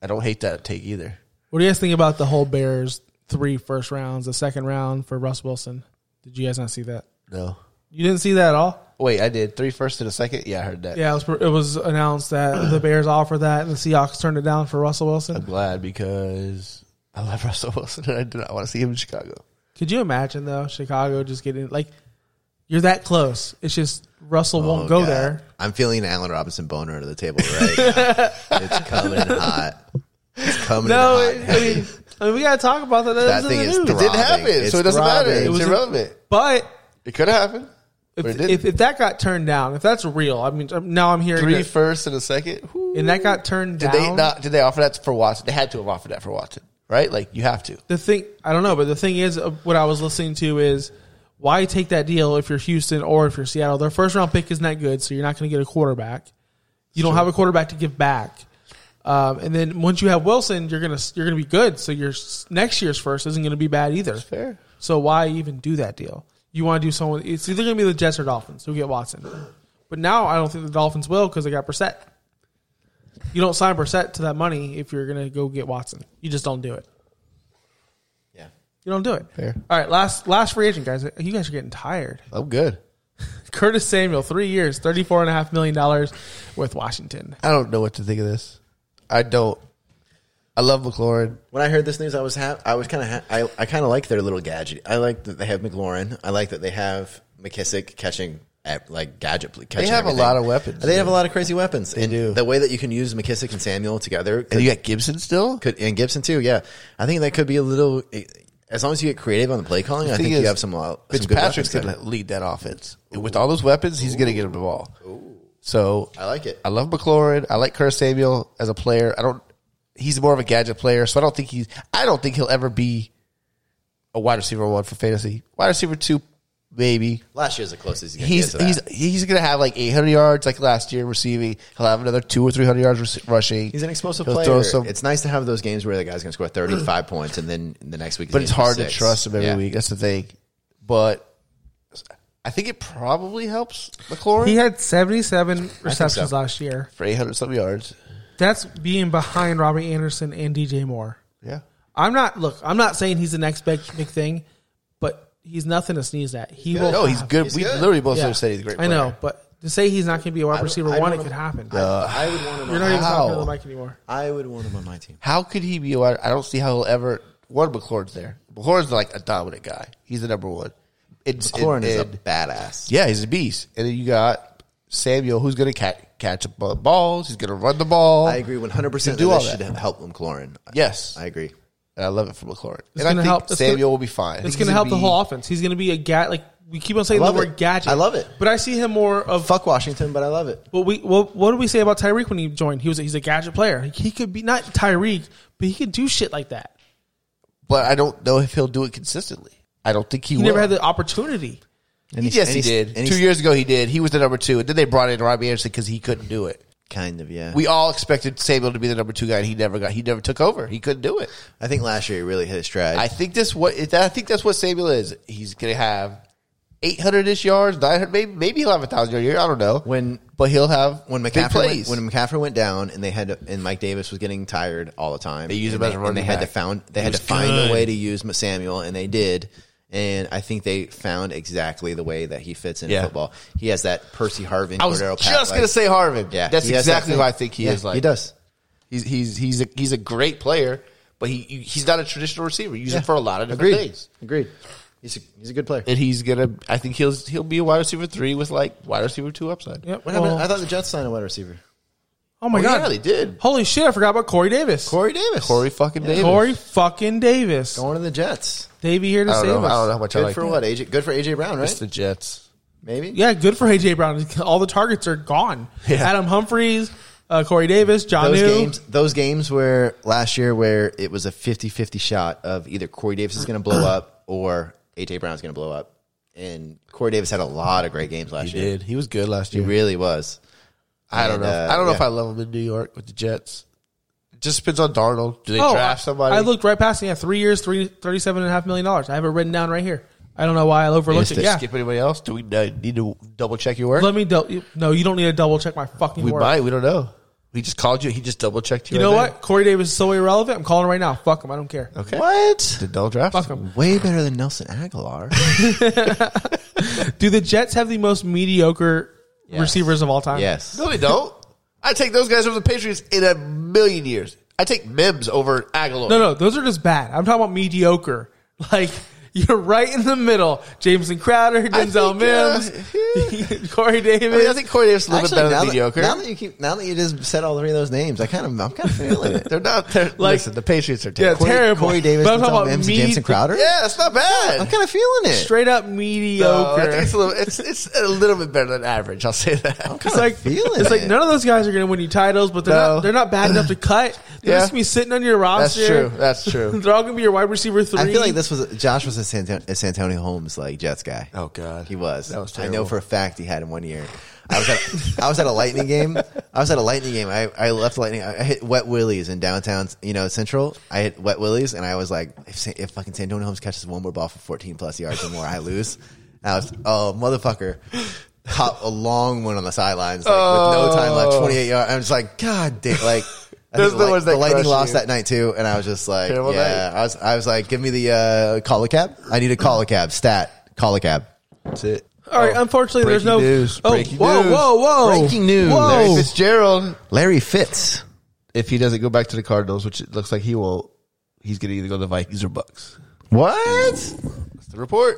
D: I don't hate that take either.
B: What do you guys think about the whole Bears three first rounds, the second round for Russ Wilson? Did you guys not see that?
D: No.
B: You didn't see that at all.
D: Wait, I did three first and a second. Yeah, I heard that.
B: Yeah, it was, it was announced that the Bears offered that, and the Seahawks turned it down for Russell
D: I'm
B: Wilson.
D: glad because I love Russell Wilson and I do not want to see him in Chicago.
B: Could you imagine though, Chicago just getting like you're that close? It's just Russell won't go
C: Oh, God.
B: there.
C: I'm feeling Allen Robinson boner under the table right now. it's coming in hot. It's coming
B: No,
C: in hot.
B: I mean, I mean, we gotta talk about that. That,
C: That
B: was in
C: thing
B: the
C: is
B: news.
C: throbbing.
D: It didn't happen,
C: It's
D: so it doesn't matter.
C: throbbing.
D: It was
B: was a-
D: irrelevant.
B: But
D: it could have happened.
B: If,
D: it didn't.
B: if, if that got turned down, if that's real, I mean, I'm- now I'm hearing
D: Three
B: that-
D: first and a second.
B: and that got turned
D: Did
B: down.
D: they not? Did they offer that for Watson? They had to have offered that for Watson, right? Like you have to.
B: the thing I don't know, but the thing is, uh, what I was listening to is why take that deal if you're Houston or if you're Seattle? Their first round pick isn't that good, so you're not going to get a quarterback. You don't have a quarterback to give back, um, and then once you have Wilson, you're gonna you're gonna be good. So your s- next year's first isn't going to be bad either.
D: fair.
B: So why even do that deal? You want to do someone? It's either going to be the Jets or Dolphins who get Watson, but now I don't think the Dolphins will because they got Brissett. You don't sign Brissett to that money if you're going to go get Watson. You just don't do it.
C: Yeah.
B: You don't do it.
D: Fair.
B: All right, last last free agent guys. You guys are getting tired.
D: I'm good.
B: Curtis Samuel, three years, thirty four and a half million dollars with Washington.
D: I don't know what to think of this. I don't. I love McLaurin.
C: When I heard this news, I was ha- I was kind of ha- I, I kind of like their little gadget. I like that they have McLaurin. I like that they have McKissick catching at, like gadget. pl- Catching
D: have a
C: everything.
D: lot of weapons,
C: They have a
D: yeah.
C: lot of crazy weapons. They and
D: do.
C: The way that you can use McKissick and Samuel together, could,
D: And you got Gibson still.
C: could- and Gibson too. Yeah, I think that could be a little. eh, As long as you get creative on the play calling, I think you have some, lo- some good weapons.
D: Fitzpatrick's going
C: there.
D: to lead that offense And with all those weapons. He's going to get him the ball. So
C: I like it.
D: I love McLaurin. I like Curtis Samuel as a player. I don't. He's more of a gadget player, so I don't think he's. I don't think he'll ever be a wide receiver one for fantasy. Wide receiver two, maybe.
C: Last year's the closest. You can
D: He's
C: get to
D: he's
C: that.
D: he's going to have like 800 yards like last year receiving. He'll have another two or three hundred yards rec- rushing.
C: He's an explosive
D: He'll
C: player.
D: throw some-
C: it's nice to have those games where the guy's going to score 35 points and then the next week. he's
D: but it's
C: gonna
D: hard
C: score
D: to
C: six.
D: trust him every
C: Yeah.
D: week. That's the thing. But I think it probably helps McLaurin.
B: He had seventy seven receptions
C: so.
B: last year.
D: for 800 something yards.
B: That's being behind Robbie Anderson and DJ Moore.
D: Yeah.
B: I'm not look. I'm not saying he's the next big big thing, but he's nothing to sneeze at. He will.
D: No, he's
B: have-
D: good.
C: He's
D: we
C: good.
D: literally both
B: Yeah.
D: said he's a great
B: I
D: player.
B: know, but to say he's not going to be a wide
C: don't-
B: receiver
C: I don't
B: one, it
C: wanna-
B: could happen.
D: Uh,
C: I would want him.
B: You're not even talking to the
D: How?
B: mic anymore.
C: I would want him on my team.
D: How could he be a wide? I don't see how he'll ever. One, McLaurin's there. McLaurin's like a dominant guy. He's the number one. It's
C: McLaurin
D: and-
C: is a
D: and-
C: badass.
D: Yeah, he's a beast. And then you got Samuel, who's going to catch catch bu- balls. He's going to run the ball.
C: I agree 100. percent
D: You do
C: Do
D: all
C: all
D: that.
C: should help McLaurin.
D: Yes,
C: I agree.
D: and I love it for McLaurin.
B: It's
D: and I
B: gonna
D: think
B: help- it's
D: Samuel
B: gonna-
D: will be fine. I think
B: It's
D: he's
B: going to help the
D: be-
B: whole offense. He's going to be a gat. Like we keep on saying the
C: love
B: word
C: it.
B: gadget.
C: I love it.
B: but I see him more of
C: Fuck Washington, but I love it.
B: Well, we well, what did we say about Tyreek when he joined? He was he's a gadget player. He could be not Tyreek, but he could do shit like that.
D: But I don't know if he'll do it consistently. I don't think he,
B: He
D: will.
B: never had the opportunity.
C: And
D: yes, he
C: and
D: did.
C: and
D: Two
C: he's-
D: years ago, he did. He was the number two, and then they brought in Robbie Anderson because he couldn't do it.
C: Kind of, yeah.
D: We all expected Samuel to be the number two guy, and he never got. He never took over. He couldn't do it.
C: I think last year he really hit his stride.
D: I think this what I think that's what Samuel is. He's gonna have eight hundred ish yards, nine hundred. Maybe maybe he'll have a thousand yard year. I don't know
C: When-
D: but he'll have
C: when
D: big
C: McCaffrey
D: plays.
C: went, when McCaffrey went down and they had to, and Mike Davis was getting tired all the time.
D: They used
C: and
D: him as
C: they,
D: a
C: and they
D: running
C: had to
D: back.
C: found they had to find a way to use Samuel and they did. And I think they found exactly the way that he fits in
D: Yeah.
C: football. He has that Percy Harvin.
D: I was
C: Cordero
D: just
C: Pat, like-
D: gonna say Harvin.
C: Yeah,
D: that's
C: he has that
D: exactly
C: thing.
D: what I think he
C: Yeah,
D: is. Like
C: he does.
D: He's he's he's a, he's a great player, but he he's not a traditional receiver. You use him for a lot of different
C: Agreed.
D: things.
C: Agreed. He's a, he's a good player.
D: And he's gonna. I think he'll he'll be a wide receiver three with like wide receiver two upside.
B: Yep.
C: What happened?
B: Well-
C: I thought the Jets signed a wide receiver.
B: Oh my
D: Oh,
B: god,
D: yeah, they did.
B: Holy shit, I forgot about Corey Davis. Corey,
C: Corey Davis.
D: Corey fucking Davis.
B: fucking Davis.
C: going to the Jets.
B: Davey here to
D: I
B: save
D: don't know.
B: us.
D: I don't know how much
C: Good
D: I like
C: for
D: that.
C: what? AJ. Good for AJ Brown, right?
D: It's the Jets.
C: Maybe.
B: Yeah, good for AJ Brown. All the targets are gone. Adam Humphreys, uh, Corey Davis, John
C: Those
B: New.
C: games, those games where last year where it was a 50-50 shot of either Corey Davis is going to blow up or AJ Brown is going to blow up, and Corey Davis had a lot of great games last
D: He
C: year.
D: did. He was good last
C: He
D: year.
C: really was.
D: I don't
C: And,
D: know.
C: uh,
D: I don't know if
C: yeah.
D: I love him in New York with the Jets. It just depends on Darnold. Do they
B: Oh,
D: draft
B: I-
D: somebody?
B: I looked right past it. Yeah, three years, three, $37.5 million. I have it written down right here. I don't know why I overlooked
D: Did
B: it.
D: they
B: Yeah.
D: skip anybody else? Do we uh, need to double check your work?
B: Let me, do- no, you don't need to double check my fucking
D: we
B: work.
D: might. We don't know. He just called you. He just double checked you.
B: You know what? Corey Davis is so irrelevant. I'm calling right now. Fuck him. I don't care.
D: Okay.
C: What?
D: Did Dell draft?
B: Fuck
D: him?
B: him.
C: Way better than Nelson Aguilar.
B: Do the Jets have the most mediocre receivers of all time?
C: yes.
D: No, they don't. I take those guys over the Patriots in a million years. I take Mims over Aguilar.
B: No, no, those are just bad. I'm talking about mediocre. Like You're right in the middle. Jameson Crowder, Denzel
C: think,
B: Mims, Corey Davis.
D: uh, I, mean, I think Corey Davis is a little
C: Actually,
D: bit better
C: now,
D: than
C: that,
D: mediocre.
C: now that you keep, now that you just said all three of those names, I kind of, I'm kind of feeling it.
D: they're not. They're,
B: Like-
D: listen, the Patriots are
B: yeah,
D: terrible.
B: terrible.
C: Corey Davis,
B: But I'm talking
C: Denzel
B: about
C: Mims,
B: me-
C: and Jameson Crowder.
D: yeah, it's not bad.
C: I'm kind of feeling it.
B: straight up
D: No,
B: mediocre.
D: I think it's a little. It's it's a little bit better than average. I'll say that.
B: It's like
C: feeling
B: it's like
C: it.
B: none of those guys are going to win you titles, but they're
D: No.
B: not they're not bad enough to cut. They're
D: Yeah.
B: just going to be sitting on your roster.
D: true. That's true.
B: they're all going to be your wide receiver three.
C: I feel like this was Josh was a Santonio, a Santonio Holmes like Jets guy.
D: Oh, God.
C: he was.
D: That was
C: I know
D: terrible.
C: for a fact he had him one year. I was at I was at a lightning game. I was at a lightning game. I, I left lightning. I I hit wet willies in downtown, you know, central. I hit wet willies, and I was like, if, San- if fucking Santonio Holmes catches one more ball for 14 plus yards or more, I lose. And I was oh motherfucker. Hop a long one on the sidelines like, with no time left, 28 yards. I was like, God damn, like. I
D: Oh. Those
C: think
D: are the
C: the,
D: ones
C: light-
D: that
C: the lightning
D: crush
C: lost
D: you.
C: that night too, and I was just like,
D: Terrible
C: yeah, I was, I was like, give me the uh, call a cab. I need a call a cab. Stat call a cab.
D: That's it. Oh.
B: all right. Unfortunately, there's
D: breaking
B: no.
D: news,
B: oh,
D: breaking
B: whoa,
D: news,
B: whoa, whoa!
C: breaking news.
B: Whoa.
D: Larry Fitzgerald,
C: Larry Fitz.
D: if he doesn't go back to the Cardinals, which it looks like he will, he's going to either go to the Vikings or Bucks.
C: What?
D: That's the report.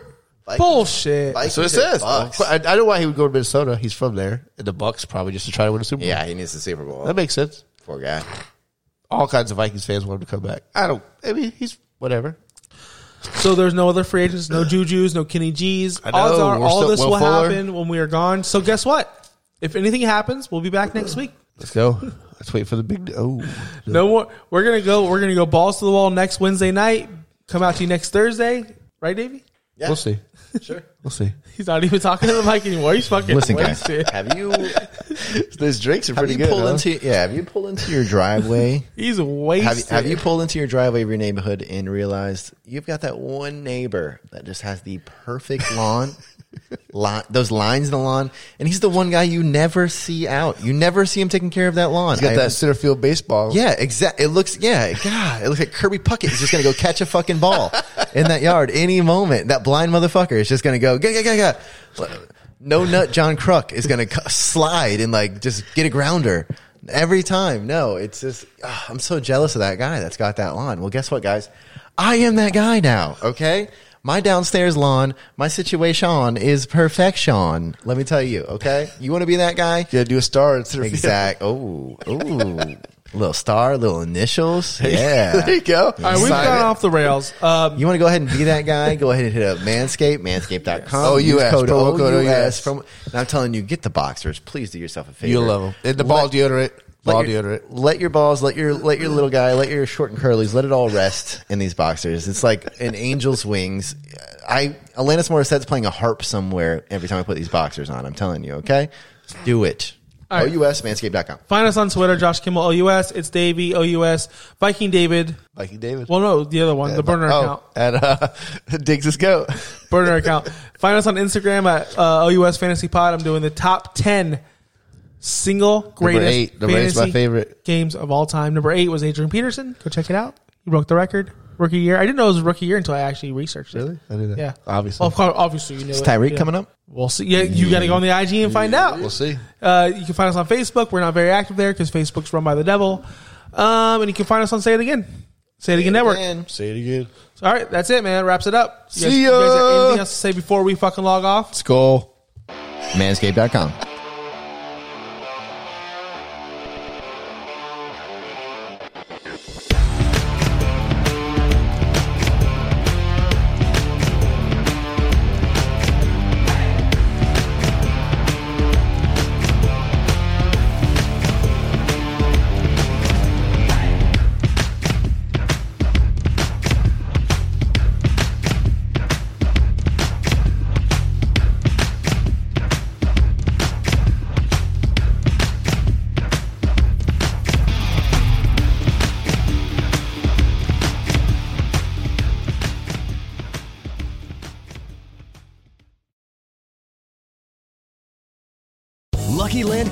B: Bullshit.
D: So it says. I, I don't know why he would go to Minnesota. He's from there. And the Bucks probably just to try to win a Super Bowl.
C: Yeah, he needs the Super Bowl.
D: That makes sense.
C: Poor guy.
D: All kinds of Vikings fans want him to come back. I don't, I mean, he's whatever.
B: So there's no other free agents, no Juju's, no Kenny G's.
D: I know,
B: Odds are
D: we're
B: all
D: still-
B: this
D: Will
B: will
D: Fuller.
B: happen when we are gone. So guess what? If anything happens, we'll be back next week.
D: Let's go. Let's wait for the big. Oh,
B: No more. We're gonna go. We're gonna go balls to the wall next Wednesday night. Come out to you next Thursday, right, Davey?
D: we'll see. Sure, we'll see.
B: He's not even talking to the mic anymore. He's fucking
C: Listen, guys.
B: wasted.
C: Have you
D: Those drinks are
C: have
D: pretty
C: you
D: good.
C: pulled
D: huh?
C: into yeah? Have you pulled into your driveway?
B: He's wasted.
C: have you, have you pulled into your driveway of your neighborhood and realized you've got that one neighbor that just has the perfect lawn, li- those lines in the lawn, and he's the one guy you never see out. You never see him taking care of that lawn.
D: He's got
C: I-
D: that center field baseball.
C: Yeah, exactly. It looks, yeah, God, it looks like Kirby Puckett is just going to go catch a fucking ball in that yard any moment. That blind motherfucker is just going to go, ga, ga, ga, ga. No nut John Cruck is going to slide and like just get a grounder every time. No, it's just, ah, I'm so jealous of that guy that's got that lawn. Well, guess what, guys? I am that guy now, okay? My downstairs lawn, my situation is perfection. Let me tell you, okay? You want to be that guy?
D: Yeah, do a star in center field.
C: Exact. Oh, oh, little star, little initials. Yeah.
D: there you go.
B: All right, we've
C: Excited.
B: gone off the rails. Um,
C: You want to go ahead and be that guy? Go ahead and hit up Manscaped, manscaped.com.
D: OUS,
C: Use code
D: Oh, promo code OUS.
C: promo- and I'm telling you, get the boxers. Please do yourself a favor.
D: You'll love them. And the ball deodorant. Ball
C: Let your,
D: deodorant.
C: let your balls, let your let your little guy, let your short and curlies, let it all rest in these boxers. It's like an angel's wings. I Alanis Morissette's playing a harp somewhere every time I put these boxers on. I'm telling you, okay? Do it.
B: All right.
C: OUS, manscaped.com.
B: find us on Twitter, Josh Kimmel OUS. It's Davey OUS. Viking David.
D: Viking David.
B: Well, no, the other one, the burner
D: oh,
B: account.
D: And uh, Diggs is goat.
B: burner account. Find us on Instagram at uh, OUS Fantasy Pod. I'm doing the top 10 single greatest
D: eight. Number eight's my
B: fantasy
D: favorite.
B: games of all time. Number eight was Adrian Peterson. Go check it out. He broke the record rookie year. I didn't know it was rookie year until I actually researched it.
D: Really? I knew that.
B: Yeah,
D: Obviously.
B: Well, of course, obviously, you knew. Is
C: Tyreek coming up?
B: We'll see. Yeah, you got to go on the IG and find out.
D: We'll see.
B: Uh, you can find us on Facebook. We're not very active there because Facebook's run by the devil. Um, and you can find us on Say It Again. Say It Again Network.
D: Say it again.
B: All right, that's it, man. Wraps it up. You guys-
D: See
B: you guys have
D: ya.
B: anything else to say before we fucking log off?
D: Skull.
C: Manscaped.com.
H: Lucky Land